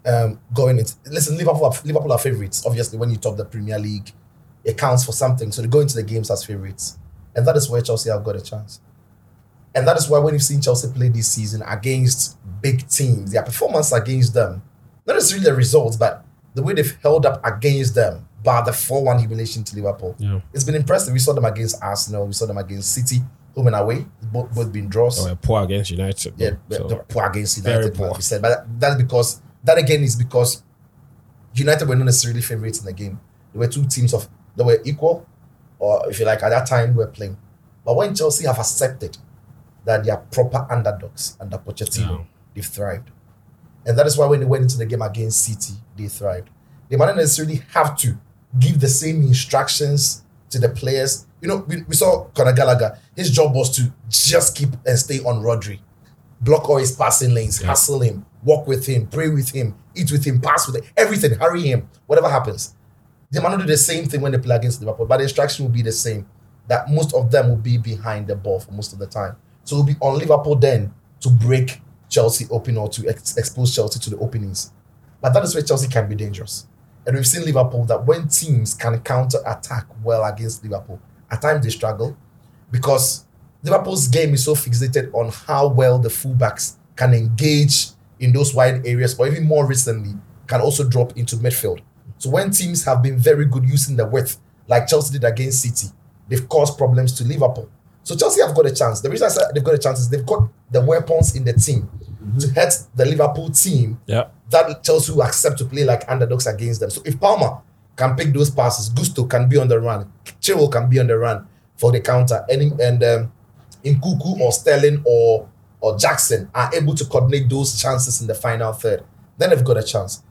Speaker 3: Um, going it. Listen, Liverpool are, Liverpool are favourites. Obviously, when you top the Premier League, it counts for something. So they go into the games as favourites, and that is where Chelsea have got a chance. And that is why when you've seen Chelsea play this season against big teams, their performance against them, not necessarily the results, but the way they've held up against them, bar the four-one humiliation to Liverpool,
Speaker 1: Yeah.
Speaker 3: it's been impressive. We saw them against Arsenal, we saw them against City, home and away, both both been draws.
Speaker 1: they were poor against United.
Speaker 3: Yeah,
Speaker 1: so-
Speaker 3: they were poor against
Speaker 1: Very
Speaker 3: United,
Speaker 1: poor.
Speaker 3: like you said. But that- that's because that again is because United were not necessarily favourites in the game. There were two teams of that were equal, or if you like, at that time were playing. But when Chelsea have accepted that they are proper underdogs under Pochettino, they've thrived, and that is why when they went into the game against City, they thrived. They might not necessarily have to give the same instructions to the players. You know, we, we saw Conor Gallagher. His job was to just keep and stay on Rodri block all his passing lanes, hustle him, walk with him, pray with him, eat with him, pass with him, everything, hurry him, whatever happens. They might not do the same thing when they play against Liverpool, but the instruction will be the same. That most of them will be behind the ball for most of the time. So it'll be on Liverpool then to break Chelsea open or to ex- expose Chelsea to the openings. But that is where Chelsea can be dangerous. And we've seen Liverpool that when teams can counter attack well against Liverpool, at times they struggle because Liverpool's game is so fixated on how well the fullbacks can engage in those wide areas, or even more recently, can also drop into midfield. So when teams have been very good using the width, like Chelsea did against City, they've caused problems to Liverpool. So Chelsea have got a chance. The reason I said they've got a chance is they've got the weapons in the team to hurt the Liverpool team
Speaker 1: Yeah.
Speaker 3: that Chelsea will accept to play like underdogs against them. So if Palmer can pick those passes, Gusto can be on the run, Chilwell can be on the run for the counter, and and um, Nkuku or Sterling or or Jackson are able to coordinate those chances in the final third, then they've got a chance.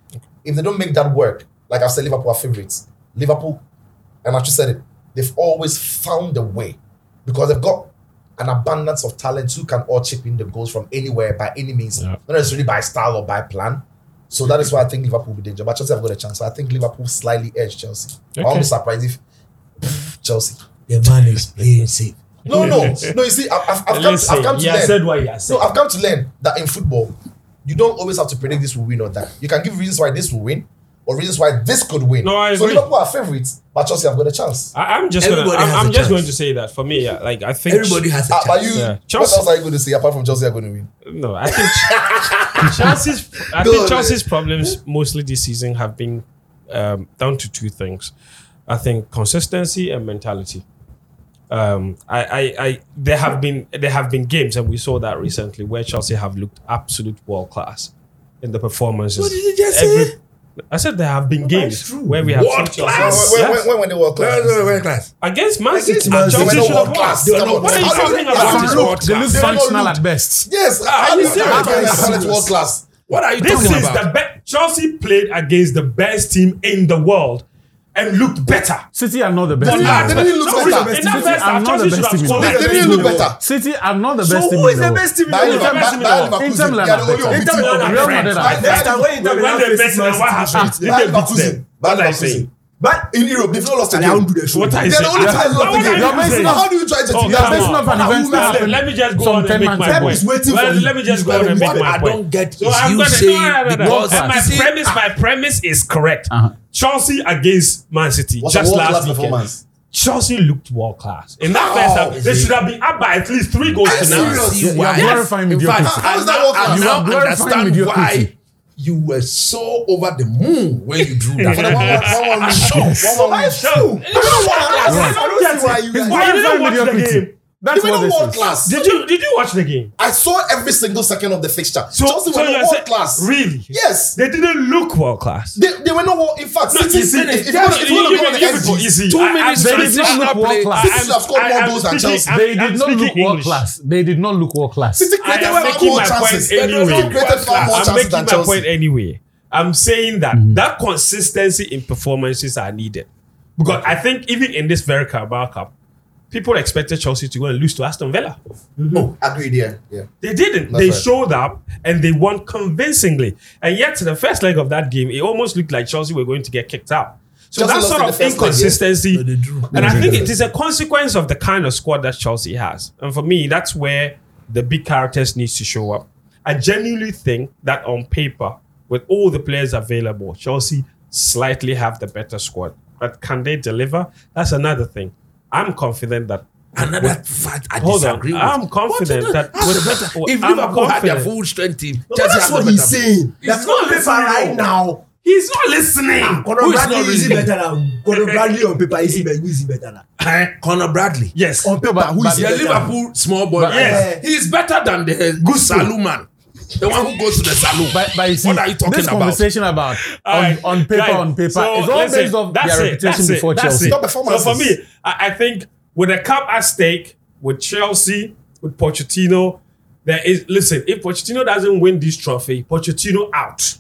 Speaker 3: If they don't make that work, like I've said, Liverpool are favourites. Liverpool, and I just said it, they've always found a way because they've got an abundance of talent who can all chip in the goals from anywhere by any means,
Speaker 1: Yeah.
Speaker 3: not necessarily by style or by plan. So that is why I think Liverpool will be dangerous. But Chelsea have got a chance. So I think Liverpool slightly edge Chelsea. I won't
Speaker 1: Okay.
Speaker 3: be surprised if *laughs* pff, Chelsea.
Speaker 5: The
Speaker 3: *laughs*
Speaker 5: man is playing safe.
Speaker 3: No, no, no. You see, I've, I've, I've come,
Speaker 1: Listen,
Speaker 3: I've come to
Speaker 1: he
Speaker 3: learn.
Speaker 1: has said what he has said.
Speaker 3: no, I've come to learn that in football, you don't always have to predict this will win or that. You can give reasons why this will win or reasons why this could win.
Speaker 1: No, I
Speaker 3: so
Speaker 1: agree.
Speaker 3: Liverpool are favourites, but Chelsea have got a chance.
Speaker 1: I, I'm just gonna,
Speaker 5: Everybody
Speaker 1: I'm,
Speaker 5: has
Speaker 1: I'm
Speaker 5: a
Speaker 1: just
Speaker 5: chance.
Speaker 1: going to say that for me, yeah, like I think
Speaker 5: Everybody has a
Speaker 3: Uh, but
Speaker 5: chance.
Speaker 3: you,
Speaker 1: Yeah.
Speaker 3: what
Speaker 1: Chelsea-
Speaker 3: else are you going to say apart from Chelsea are going to win?
Speaker 1: No, I think Ch- *laughs* Chelsea's. I
Speaker 3: Go on,
Speaker 1: think Chelsea's problems mostly this season have been um, down to two things. I think consistency and mentality. Um, I, I, I, there have been there have been games, and we saw that recently where Chelsea have looked absolute world class in the performances.
Speaker 5: What did you just say?
Speaker 1: I said there have been games where we have seen
Speaker 2: World
Speaker 1: Chelsea
Speaker 2: class?
Speaker 1: Yeah.
Speaker 3: When, when, when, when they were
Speaker 2: No,
Speaker 3: close,
Speaker 2: no, no, very class.
Speaker 1: against Man City.
Speaker 2: Man
Speaker 1: and
Speaker 2: City.
Speaker 1: Chelsea
Speaker 2: They
Speaker 3: were
Speaker 1: should have
Speaker 3: world class.
Speaker 1: lost.
Speaker 3: They were
Speaker 1: What are you
Speaker 3: world class.
Speaker 1: talking
Speaker 3: They were
Speaker 1: about?
Speaker 3: world
Speaker 4: look, they look
Speaker 3: They don't
Speaker 4: functional
Speaker 3: look-
Speaker 4: at best.
Speaker 3: yes,
Speaker 1: are you serious?
Speaker 3: It's world class.
Speaker 2: What are you
Speaker 1: This
Speaker 2: talking
Speaker 1: is
Speaker 2: about?
Speaker 1: the best. Chelsea played against the best team in the world and looked better.
Speaker 4: City are not the best.
Speaker 3: They
Speaker 4: team in
Speaker 3: are- they
Speaker 4: the world.
Speaker 3: didn't look
Speaker 1: No,
Speaker 3: better.
Speaker 1: in
Speaker 4: City
Speaker 1: that first
Speaker 4: are
Speaker 1: half,
Speaker 4: not the
Speaker 1: Chelsea should
Speaker 4: best
Speaker 1: have
Speaker 4: team in the
Speaker 1: scored.
Speaker 3: They
Speaker 4: world.
Speaker 3: didn't look better.
Speaker 4: City are not the best team
Speaker 5: So who
Speaker 4: in
Speaker 5: is
Speaker 4: the
Speaker 5: the
Speaker 4: world.
Speaker 5: best team in the
Speaker 3: Bayer
Speaker 5: world?
Speaker 1: Leverkusen.
Speaker 3: Leverkusen. Bayer Leverkusen.
Speaker 4: Inter Milan.
Speaker 3: They are the only beating
Speaker 4: Inter Milan.
Speaker 3: of
Speaker 4: Real
Speaker 3: the
Speaker 4: Madrid.
Speaker 3: Like, they
Speaker 4: are-
Speaker 3: are
Speaker 5: Next
Speaker 3: the-
Speaker 5: time when Inter
Speaker 3: Bayer
Speaker 1: When
Speaker 5: Milan
Speaker 1: they beat
Speaker 5: faces Man
Speaker 1: them, what
Speaker 5: City,
Speaker 1: happened?
Speaker 5: Chelsea.
Speaker 1: Did they beat them?
Speaker 3: Bayer
Speaker 1: What are you
Speaker 3: Leverkusen.
Speaker 1: saying?
Speaker 3: But in Europe, they've not lost a
Speaker 5: And I
Speaker 3: game.
Speaker 5: won't do the show.
Speaker 1: What are you
Speaker 3: They're the only
Speaker 1: saying?
Speaker 3: times
Speaker 1: What
Speaker 3: lost a
Speaker 1: are
Speaker 3: game.
Speaker 1: you saying?
Speaker 3: How do you try to
Speaker 1: Oh,
Speaker 3: They are
Speaker 1: come
Speaker 3: based
Speaker 1: on.
Speaker 4: of an
Speaker 3: Ah,
Speaker 4: event
Speaker 3: who
Speaker 4: that
Speaker 3: knows?
Speaker 4: happened.
Speaker 1: Let me just go
Speaker 4: Some
Speaker 1: on
Speaker 4: ten
Speaker 1: and make
Speaker 4: months
Speaker 1: my
Speaker 4: ago.
Speaker 1: point.
Speaker 4: Is
Speaker 5: waiting
Speaker 1: Well,
Speaker 5: for you.
Speaker 1: let me
Speaker 5: He's
Speaker 1: just go
Speaker 5: gonna
Speaker 1: on and
Speaker 5: be
Speaker 1: make
Speaker 5: what
Speaker 1: my
Speaker 5: I
Speaker 1: point.
Speaker 5: don't get
Speaker 1: So
Speaker 5: is
Speaker 1: I'm
Speaker 5: you
Speaker 1: gonna-
Speaker 5: saying
Speaker 1: no, no, no, no.
Speaker 5: because-
Speaker 1: And my
Speaker 5: You see,
Speaker 1: premise, my premise is correct.
Speaker 4: Uh-huh.
Speaker 1: Chelsea against Man City
Speaker 3: Was a
Speaker 1: just
Speaker 3: world-class
Speaker 1: last weekend.
Speaker 3: performance.
Speaker 1: Chelsea looked world class in that
Speaker 3: How
Speaker 1: first half.
Speaker 3: is
Speaker 1: They
Speaker 3: it?
Speaker 1: should have been up by at least three goals
Speaker 3: Are you
Speaker 1: to none.
Speaker 3: serious?
Speaker 2: You
Speaker 4: You are
Speaker 2: why-
Speaker 4: glorifying
Speaker 2: In fact, I
Speaker 4: mediocrity.
Speaker 3: How is that
Speaker 2: now-
Speaker 3: world class?
Speaker 2: I now
Speaker 4: You are glorifying
Speaker 2: understand why
Speaker 4: mediocrity.
Speaker 2: you were so over the moon when you drew
Speaker 3: *laughs*
Speaker 2: that.
Speaker 3: For the one one one one show. One one
Speaker 1: Show.
Speaker 3: one show. I don't want- I don't see why you
Speaker 4: It's
Speaker 3: guys.
Speaker 1: Why you didn't
Speaker 4: glorifying
Speaker 1: watch the
Speaker 4: mediocrity.
Speaker 1: game?
Speaker 4: That's
Speaker 3: They were
Speaker 4: what
Speaker 3: not world
Speaker 4: this is.
Speaker 3: class.
Speaker 1: Did you did you watch the game?
Speaker 3: I saw every single second of the fixture. Chelsea were
Speaker 1: you are
Speaker 3: not world
Speaker 1: saying-
Speaker 3: class.
Speaker 1: Really?
Speaker 3: Yes.
Speaker 1: They didn't look world class.
Speaker 3: They, they were not world. In fact,
Speaker 1: No,
Speaker 3: City,
Speaker 1: you see,
Speaker 3: if, if, if,
Speaker 1: that's-
Speaker 3: if
Speaker 1: you-
Speaker 3: you want
Speaker 1: you
Speaker 3: to go on the
Speaker 1: give it to- you
Speaker 3: SGs,
Speaker 1: see,
Speaker 4: Two
Speaker 1: I- I'm
Speaker 4: minutes
Speaker 1: speaking-
Speaker 4: they did not look world class.
Speaker 1: I'm-
Speaker 3: City have scored more
Speaker 1: I'm
Speaker 3: goals than
Speaker 1: speaking-
Speaker 3: Chelsea.
Speaker 1: I'm-
Speaker 4: They
Speaker 1: I'm
Speaker 4: did not look
Speaker 1: speaking
Speaker 4: world
Speaker 1: English.
Speaker 4: class. They did not look world class.
Speaker 3: City
Speaker 1: I
Speaker 3: created
Speaker 1: am
Speaker 3: far
Speaker 1: making
Speaker 3: more
Speaker 1: my
Speaker 3: chances.
Speaker 1: point anyway.
Speaker 3: City created far more
Speaker 1: I'm
Speaker 3: chances
Speaker 1: making my
Speaker 3: than Chelsea. Mm-hmm.
Speaker 1: point anyway. I'm saying that that consistency in performances are needed because I think even in this very Carabao Cup, people expected Chelsea to go and lose to Aston Villa.
Speaker 3: Oh, agreed. Yeah, yeah.
Speaker 1: They didn't.
Speaker 3: That's
Speaker 1: they
Speaker 3: right.
Speaker 1: showed up and they won convincingly. And yet, the first leg of that game, it almost looked like Chelsea were going to get kicked out. So
Speaker 3: Chelsea
Speaker 1: that
Speaker 3: lost
Speaker 1: sort
Speaker 3: in
Speaker 1: of
Speaker 3: the first leg, yeah.
Speaker 1: inconsistency,
Speaker 2: No, they drew.
Speaker 1: and I
Speaker 2: They
Speaker 1: think
Speaker 3: drew.
Speaker 1: it is a consequence of the kind of squad that Chelsea has. And for me, that's where the big characters needs to show up. I genuinely think that on paper, with all the players available, Chelsea slightly have the better squad. But can they deliver? That's another thing. I'm confident that
Speaker 2: Another fact I
Speaker 1: Hold on.
Speaker 2: disagree
Speaker 1: I'm
Speaker 2: with.
Speaker 1: confident
Speaker 2: What
Speaker 1: that-
Speaker 2: do you do?
Speaker 1: with-
Speaker 2: That's better.
Speaker 1: with-
Speaker 2: If
Speaker 1: I'm
Speaker 2: Liverpool had their
Speaker 1: confident.
Speaker 2: full strength team,
Speaker 8: But
Speaker 2: Chelsea
Speaker 8: that's
Speaker 2: had
Speaker 8: what
Speaker 2: the
Speaker 8: he's
Speaker 2: better.
Speaker 8: saying.
Speaker 1: He's
Speaker 5: not
Speaker 1: not listening.
Speaker 5: right now.
Speaker 1: he's not listening.
Speaker 5: Conor
Speaker 2: Who is
Speaker 5: Bradley
Speaker 2: not
Speaker 5: is
Speaker 2: really-
Speaker 5: better than Conor Bradley on paper. Is he better? Who is he better than?
Speaker 2: Eh, Conor Bradley.
Speaker 1: Yes.
Speaker 5: On paper,
Speaker 4: but-
Speaker 5: who is
Speaker 4: but-
Speaker 5: he
Speaker 2: The
Speaker 5: better than?
Speaker 2: Liverpool small boy.
Speaker 1: Yes.
Speaker 2: eh, He's better than the Good Saluman. The one who goes to the salon.
Speaker 4: But, but you see,
Speaker 2: what are you talking
Speaker 4: this
Speaker 2: about?
Speaker 4: conversation about
Speaker 1: All
Speaker 4: on,
Speaker 1: right,
Speaker 4: on paper,
Speaker 1: guys,
Speaker 4: on paper,
Speaker 1: so
Speaker 4: it's all
Speaker 1: listen,
Speaker 4: based off
Speaker 1: that's
Speaker 4: their
Speaker 1: it,
Speaker 4: reputation
Speaker 1: that's it,
Speaker 4: before
Speaker 1: that's
Speaker 4: Chelsea.
Speaker 1: it.
Speaker 3: Top performances.
Speaker 1: So for me, I, I think with a cup at stake, with Chelsea, with Pochettino, there is. Listen, if Pochettino doesn't win this trophy, Pochettino out.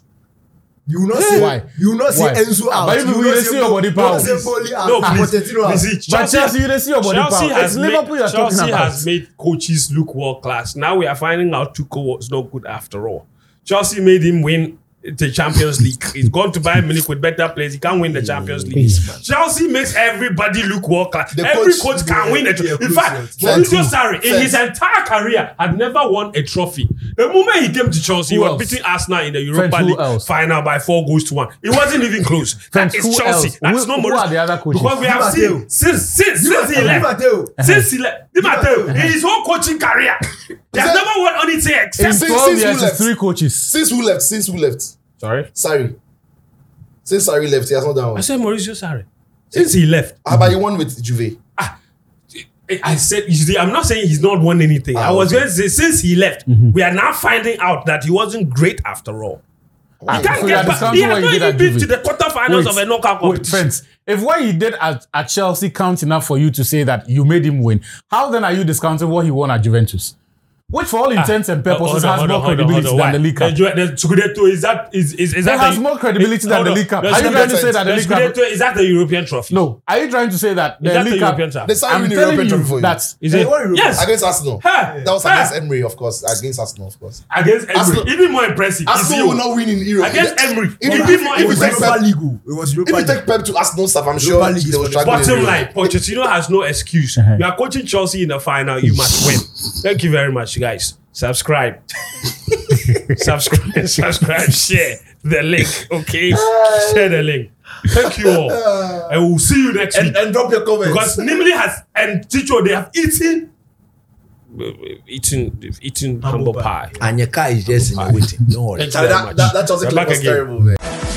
Speaker 8: You will not see
Speaker 4: Why?
Speaker 8: You will not see
Speaker 4: Why?
Speaker 8: Enzo out.
Speaker 4: But if
Speaker 8: you
Speaker 4: we
Speaker 8: will not
Speaker 4: see your body
Speaker 8: Bo-
Speaker 4: power.
Speaker 8: you will not see Boli out.
Speaker 1: No, please,
Speaker 8: Pochettino out.
Speaker 1: please, see,
Speaker 4: Ah, But Chelsea, you didn't see your body
Speaker 1: Chelsea
Speaker 4: power.
Speaker 1: has
Speaker 4: It's Liverpool
Speaker 1: made,
Speaker 4: you're talking
Speaker 1: Chelsea
Speaker 4: about.
Speaker 1: has made coaches look world class. Now we are finding out Tuchel was not good after all. Chelsea made him win the Champions League. He's gone to Bayern Munich with better players. He can't win the Champions League. Chelsea makes everybody look world class.
Speaker 3: The
Speaker 1: Every
Speaker 3: coach-
Speaker 1: coach, can
Speaker 3: yeah,
Speaker 1: win it.
Speaker 3: yeah,
Speaker 1: In
Speaker 3: coach,
Speaker 1: fact,
Speaker 3: yeah.
Speaker 1: Mauricio
Speaker 3: Fair.
Speaker 1: Sarri in
Speaker 3: Fair.
Speaker 1: his entire career had never won a trophy. The moment he came to Chelsea,
Speaker 4: Who
Speaker 1: he was
Speaker 4: else?
Speaker 1: beating Arsenal in the Europa
Speaker 4: who
Speaker 1: League
Speaker 4: else?
Speaker 1: final by four goals to one. It wasn't even close.
Speaker 4: Friends,
Speaker 1: That is
Speaker 4: who
Speaker 1: Chelsea.
Speaker 4: else?
Speaker 1: That's
Speaker 4: Who-
Speaker 1: not
Speaker 4: who
Speaker 1: Mauricio.
Speaker 4: are the other coaches?
Speaker 1: Because we have
Speaker 8: Mateo.
Speaker 1: seen since since since he
Speaker 8: Di
Speaker 1: left.
Speaker 8: Matteo.
Speaker 4: Eh.
Speaker 1: Since he left, Di Matteo, in his whole coaching career, he has
Speaker 3: that-
Speaker 1: never won anything
Speaker 4: In
Speaker 1: except.
Speaker 3: Since-
Speaker 4: 12
Speaker 3: since
Speaker 4: years,
Speaker 3: who
Speaker 4: it's three coaches.
Speaker 3: Since who left? Since who left?
Speaker 1: Sorry,
Speaker 3: Sorry. Since Sari left, he has not done
Speaker 1: I
Speaker 3: one.
Speaker 1: said Mauricio Sarri. Since he left,
Speaker 3: Ah, but he won with Juve.
Speaker 1: I- I said you see, I'm not saying he's not won anything.
Speaker 4: Ah,
Speaker 1: I was going to say since he left,
Speaker 4: Mm-hmm.
Speaker 1: we are now finding out that he wasn't great after all. He can't
Speaker 4: so you are
Speaker 1: get back. He
Speaker 4: discounting
Speaker 1: has
Speaker 4: what he
Speaker 1: not even
Speaker 4: did at
Speaker 1: been
Speaker 4: Juve.
Speaker 1: to the quarterfinals of a knockout
Speaker 4: wait,
Speaker 1: competition.
Speaker 4: friends, if what he did at, at Chelsea counts enough for you to say that you made him win, how then are you discounting what he won at Juventus? Which, for
Speaker 1: Ah,
Speaker 4: all intents and purposes, has more credibility than the League Cup.
Speaker 1: The, the Scudetto is that is is, is that
Speaker 4: has
Speaker 1: the-
Speaker 4: more credibility than
Speaker 1: Hold
Speaker 4: the
Speaker 1: on.
Speaker 4: League Cup.
Speaker 1: The
Speaker 4: Are you trying to
Speaker 1: Scudetto-
Speaker 4: say that the League Cup-
Speaker 1: Scudetto is that the European trophy?
Speaker 4: No, are you trying to say that
Speaker 1: is
Speaker 4: the
Speaker 1: that the
Speaker 4: League Cup?
Speaker 1: European trophy?
Speaker 3: They signed
Speaker 4: I'm
Speaker 3: win the
Speaker 4: telling
Speaker 3: European
Speaker 4: you
Speaker 3: trophy for you.
Speaker 4: that
Speaker 1: Is it?
Speaker 8: won Europe.
Speaker 1: Yes.
Speaker 3: Against Arsenal.
Speaker 1: Hey,
Speaker 3: That was
Speaker 1: hey.
Speaker 3: against Emery, of course. Against Arsenal, of course.
Speaker 1: Against Emery.
Speaker 3: Arsenal-
Speaker 1: Even more impressive. is you.
Speaker 3: Arsenal will not win in Europe.
Speaker 1: Against Emery.
Speaker 3: If you,
Speaker 1: Well,
Speaker 3: give
Speaker 1: it
Speaker 3: more, if you
Speaker 1: was
Speaker 3: take
Speaker 8: Europa
Speaker 3: Pep,
Speaker 8: League. oh. It was Europa
Speaker 3: if you
Speaker 8: League.
Speaker 3: take Pep to Arsenal stuff, I'm sure
Speaker 8: League is
Speaker 3: they will
Speaker 8: for
Speaker 3: struggle. in
Speaker 1: Bottom
Speaker 3: Europe.
Speaker 1: line, Pochettino has no excuse. You are coaching Chelsea in the final. You must win. Thank you very much, guys. Subscribe. *laughs* subscribe, subscribe, share the link, okay? share the link. Thank you all. And we'll see you next
Speaker 3: And,
Speaker 1: week.
Speaker 3: and drop your comments.
Speaker 1: Because Nimli has and Ticho, they have eaten eating eating humble pie.
Speaker 2: And your car is just in the waiting. Don't worry.
Speaker 3: Charlie,
Speaker 1: very
Speaker 3: that,
Speaker 1: much.
Speaker 3: that, that Chelsea
Speaker 1: We're
Speaker 3: clip
Speaker 1: back
Speaker 3: was
Speaker 1: again.
Speaker 3: terrible, man.